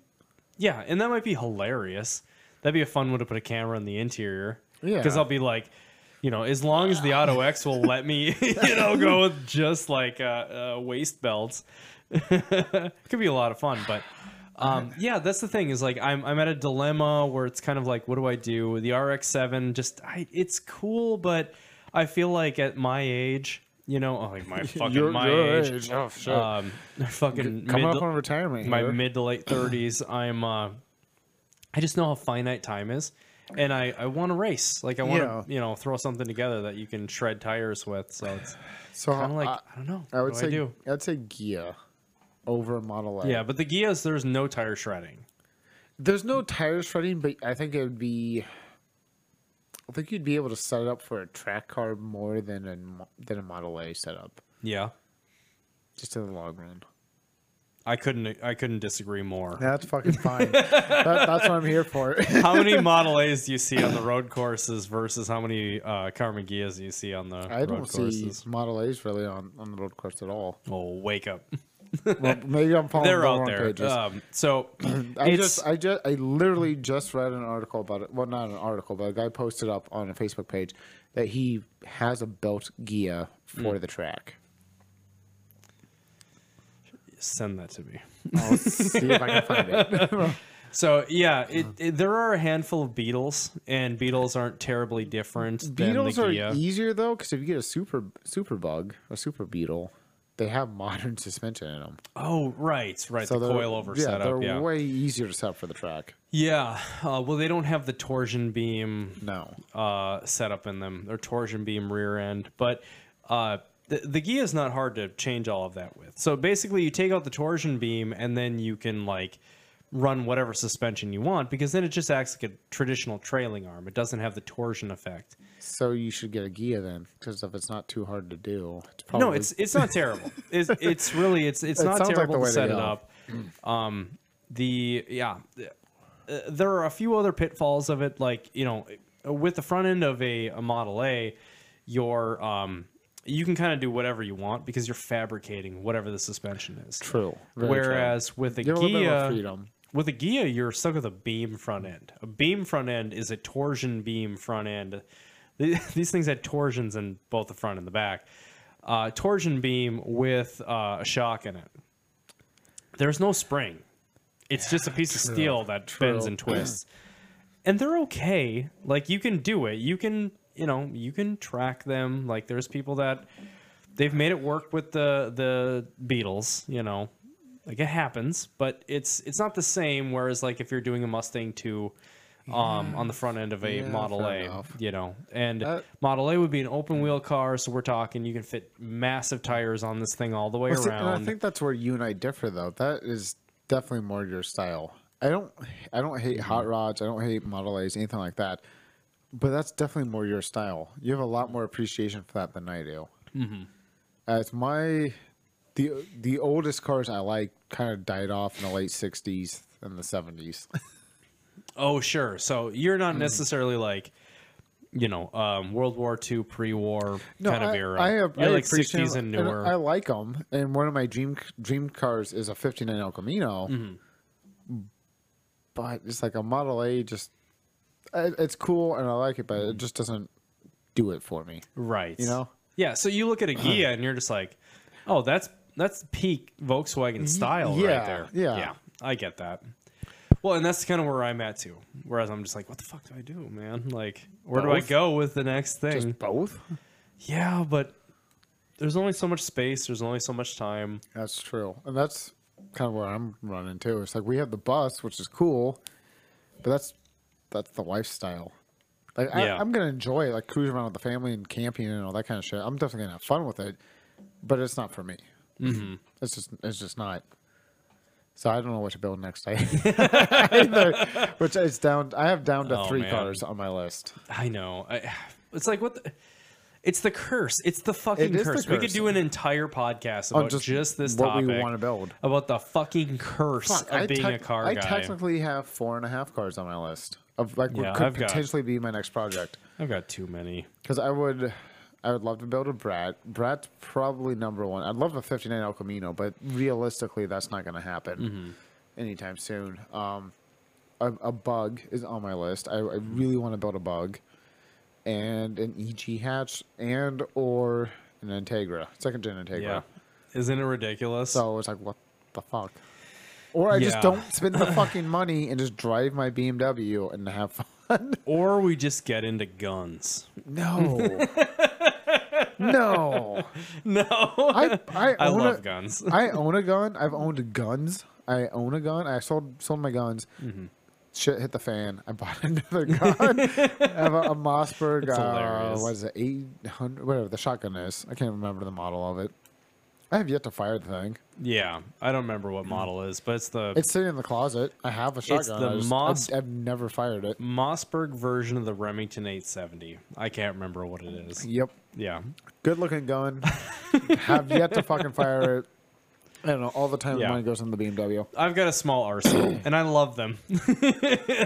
yeah, and that might be hilarious. That'd be a fun one to put a camera in the interior. Yeah. because I'll be like, you know, as long as the Auto X will let me, you know, go with just like uh, uh, waist belts, could be a lot of fun. But um, yeah, that's the thing is like I'm I'm at a dilemma where it's kind of like, what do I do? The RX-7 just I, it's cool, but I feel like at my age, you know, oh, like my fucking Your- my your age, Oh, shit. um, fucking Coming mid, up on retirement. my here. mid to late thirties. I'm uh, I just know how finite time is, and I I want to race. Like I want to Yeah. you know throw something together that you can shred tires with. So it's so kind of like I, I don't know. I would what say do I do. I'd say Gia over Model A. Yeah, but the Gias, there's no tire shredding. There's no tire shredding, but I think it would be. I think you'd be able to set it up for a track car more than a mo- than a Model A setup, Yeah, just in the long run. I couldn't I couldn't disagree more. That's fucking fine. that, that's what I'm here for. How many Model A's do you see on the road courses versus how many uh, Carmen Gias do you see on the I road don't see courses? Model A's really on, on the road course at all. Oh, wake up! Well, maybe I'm following They're the out wrong there. pages. Um, so I it's- just, I just, I literally just read an article about it. Well, not an article, but a guy posted up on a Facebook page that he has a belt Gia for Hmm. the track. send that to me. I'll see if I can find it. So yeah, it, it- there are a handful of Beatles, and Beatles aren't terribly different. Beetles than are e- the Ghia. easier though, because if you get a super super bug, a super beetle, they have modern suspension in them. oh right, right. the they're- coilover yeah, setup. they're Yeah, way easier to set up for the track. yeah. Uh, well, they don't have the torsion beam No, uh, setup in them, or torsion beam rear end. But uh, the the Ghia is not hard to change all of that with. So basically, you take out the torsion beam, and then you can like run whatever suspension you want because then it just acts like a traditional trailing arm. It doesn't have the torsion effect. so you should get a Gia then, because if it's not too hard to do, it's probably No, it's it's not terrible. It's it's really it's it's It not sounds like terrible the way to to set it go. up. Um, the yeah, Uh, there are a few other pitfalls of it. Like you know, with the front end of a, a Model A, your um, you can kind of do whatever you want because you're fabricating whatever the suspension is. true. very true. Whereas with a You have a little bit more Gia, freedom. with a Gia, you're stuck with a beam front end. A beam front end is a torsion beam front end. Th- These things had torsions in both the front and the back. Uh, torsion beam with uh, a shock in it. There's no spring. It's just a piece of steel that bends true. and twists. and they're okay. Like you can do it. You can, you know, you can track them. Like there's people that they've made it work with the the Beatles, you know. Like it happens, but it's it's not the same. Whereas like if you're doing a Mustang two, um, on the front end of a Yeah, Model fair A, enough. you know, and That- Model A would be an open wheel car, so we're talking you can fit massive tires on this thing all the way Well, see, and around. I think that's where you and I differ, though. That is definitely more your style. I don't, I don't hate hot rods. I don't hate Model A's, anything like that. But that's definitely more your style. You have a lot more appreciation for that than I do. Mm-hmm. As my, the the oldest cars I like kind of died off in the late '60s and the '70s. Oh, sure. So you're not Hmm. necessarily like, you know, um, World War II pre-war kind of I, era. I have, you're I like appreciate 60s and them, newer. I like them, and one of my dream dream cars is a '59 El Camino. Mm-hmm. But it's like a Model A. Just it- it's cool, and I like it, but Mm-hmm. it just doesn't do it for me. right. you know? Yeah. So you look at a Gia and you're just like, oh, that's that's peak Volkswagen style yeah, right there. yeah. yeah, I get that. Well, and that's kind of where I'm at too. Whereas I'm just like, what the fuck do I do, man? Like, where do I Both? go with the next thing? Just both. yeah, but there's only so much space. There's only so much time. That's true, and that's kind of where I'm running too. It's like we have the bus, which is cool, but that's that's the lifestyle. Like Yeah. I, I'm gonna enjoy it, like cruising around with the family and camping and all that kind of shit. I'm definitely gonna have fun with it, but it's not for me. Mm-hmm. It's just it's just not. So I don't know what to build next. I either, which is down. I have down to Oh, three man. cars on my list. I know. I, it's like what. The, it's the curse. It's the fucking is the curse. We could curse. do an entire podcast Oh, about just, just this what we topic. wanna build. About the fucking curse Fuck, of being tec- a car I guy. technically have four and a half cars on my list of like Yeah, what could I've got- potentially be my next project. I've got too many. Because I would, I would love to build a Brat. Brat's probably number one. I'd love a '59 El Camino, but realistically, that's not going to happen Mm-hmm. anytime soon. Um, a, a bug is on my list. I, I Mm-hmm. really want to build a bug, and an EG hatch, and or an Integra, second gen Integra. Yeah. Isn't it ridiculous? So it's like, what the fuck? Or I Yeah. just don't spend the fucking money and just drive my BMW and have fun. Or we just get into guns. No. no. No. I, I I, own love a, guns. I own a gun. I've owned guns. I own a gun. I sold sold my guns. Mm-hmm. Shit hit the fan. I bought another gun. I have a, a Mossberg. Uh, hilarious. what is it? Eight hundred. Whatever the shotgun is. I can't remember the model of it. I have yet to fire the thing. Yeah. I don't remember what model it is, but it's the It's sitting in the closet. I have a shotgun. It's the I just- Moss- I've, I've never fired it. Mossberg version of the Remington 870. I can't remember what it is. Yep. Yeah. Good looking gun. have yet to fucking fire it. I don't know. All the time Yeah. and money goes in the BMW. I've got a small arsenal and I love them.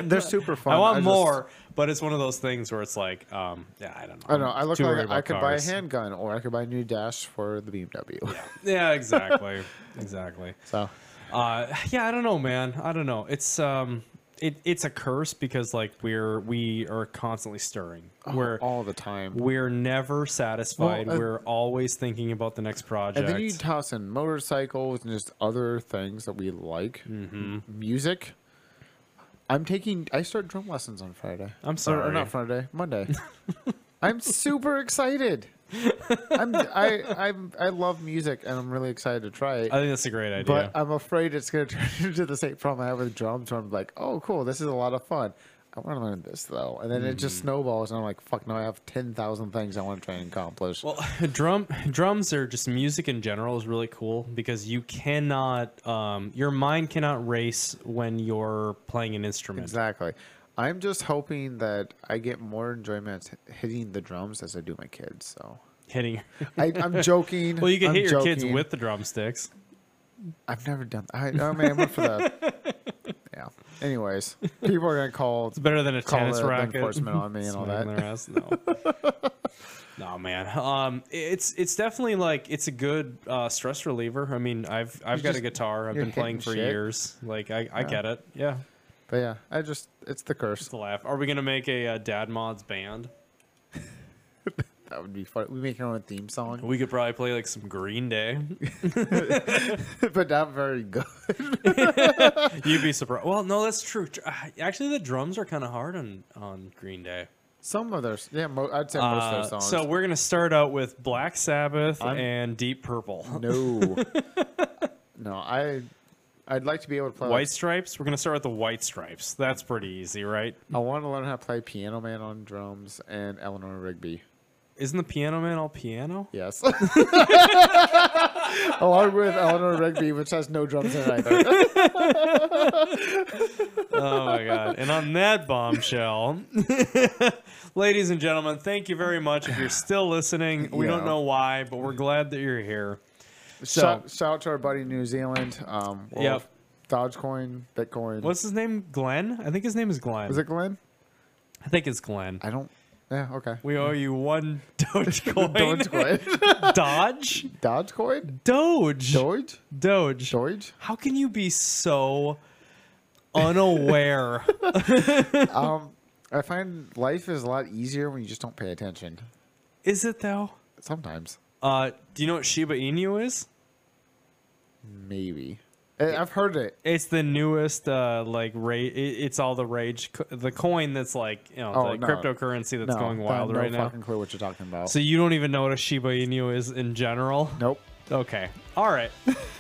They're super fun. I want just- more, but it's one of those things where it's like, um, yeah, I don't know. I don't know. I look Too worried like about I could buy a cars. handgun or I could buy a new dash for the BMW. Yeah, exactly. exactly. So uh yeah i don't know man i don't know it's um it, it's a curse because like we're we are constantly stirring we're all the time. we're never satisfied Oh, Well, uh, we're always thinking about the next project and then you toss in motorcycles and just other things that we like. Mm-hmm. Music. I'm taking. I start drum lessons on Friday. i'm Or- Or, sorry not Friday, Monday. I'm super excited. I'm, I I'm I love music and I'm really excited to try it. i think that's a great idea but uh, I'm afraid it's going to turn into the same problem I have with drums. Where I'm like, oh, cool, this is a lot of fun. I want to learn this though, and then it just Mm-hmm. snowballs, and I'm like, fuck, no, I have ten thousand things I want to try and accomplish. Well, drum drums are just music in general is really cool because you cannot um, your mind cannot race when you're playing an instrument. exactly. I'm just hoping that I get more enjoyment hitting the drums as I do my kids. So Hitting. I, I'm joking. Well, you can I'm hit your kids joking. with the drumsticks. I've never done. I, oh man, I'm for that. yeah. Anyways, people are gonna call It's better than a call tennis the racket. enforcement on me and all Smacking that. their ass? No. no, man. Um, it's it's definitely like it's a good uh, stress reliever. I mean, I've I've got a just- guitar. I've you're been playing for hitting shit. years. Like I, I get it. Yeah, But yeah, I just it's the curse. to laugh. Are we gonna make a uh, dad mods band? That would be fun. We make our own theme song. We could probably play like some Green Day. but not very good. You'd be surprised. Well, no, that's true. Tr- ah, Actually, the drums are kind of hard on on Green Day. Some of their, yeah, mo- I'd say most of Uh, their songs. so we're gonna start out with Black Sabbath I'm- and Deep Purple. no, no, I, I'd like to be able to play. like- White Stripes. We're gonna start with the White Stripes. That's pretty easy, right? I want to learn how to play Piano Man on drums and Eleanor Rigby. Isn't the Piano Man all piano? Yes, along with Eleanor Rigby, which has no drums in it either. Oh my god! And on that bombshell, ladies and gentlemen, thank you very much. If you're still listening, we don't Yeah. know why, but we're glad that you're here. So, shout, shout out to our buddy in New Zealand. Um, well, Yep. Dogecoin, Bitcoin. what's his name? Glenn? I think his name is Glenn. was it, Glenn? I think it's Glenn. I don't. Yeah, okay. We owe you one Dogecoin. Dogecoin, Dodge? Dogecoin, Doge. Doge, Doge. Doge. How can you be so unaware? I find life is a lot easier when you just don't pay attention. is it though? Sometimes. Uh, do you know what Shiba Inu is? Maybe. I- I've heard it. It's the newest, uh, like rage. It's all the rage, co- the coin that's like you know Oh, the no. cryptocurrency that's no, going I wild have no right now. fucking clue what you're talking about. So you don't even know what a Shiba Inu is in general. nope. Okay. All right.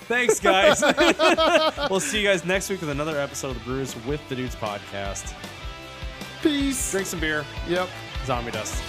Thanks, guys. we'll see you guys next week with another episode of the Brews with the Dudes podcast. Peace. Drink some beer, Yep. zombie dust.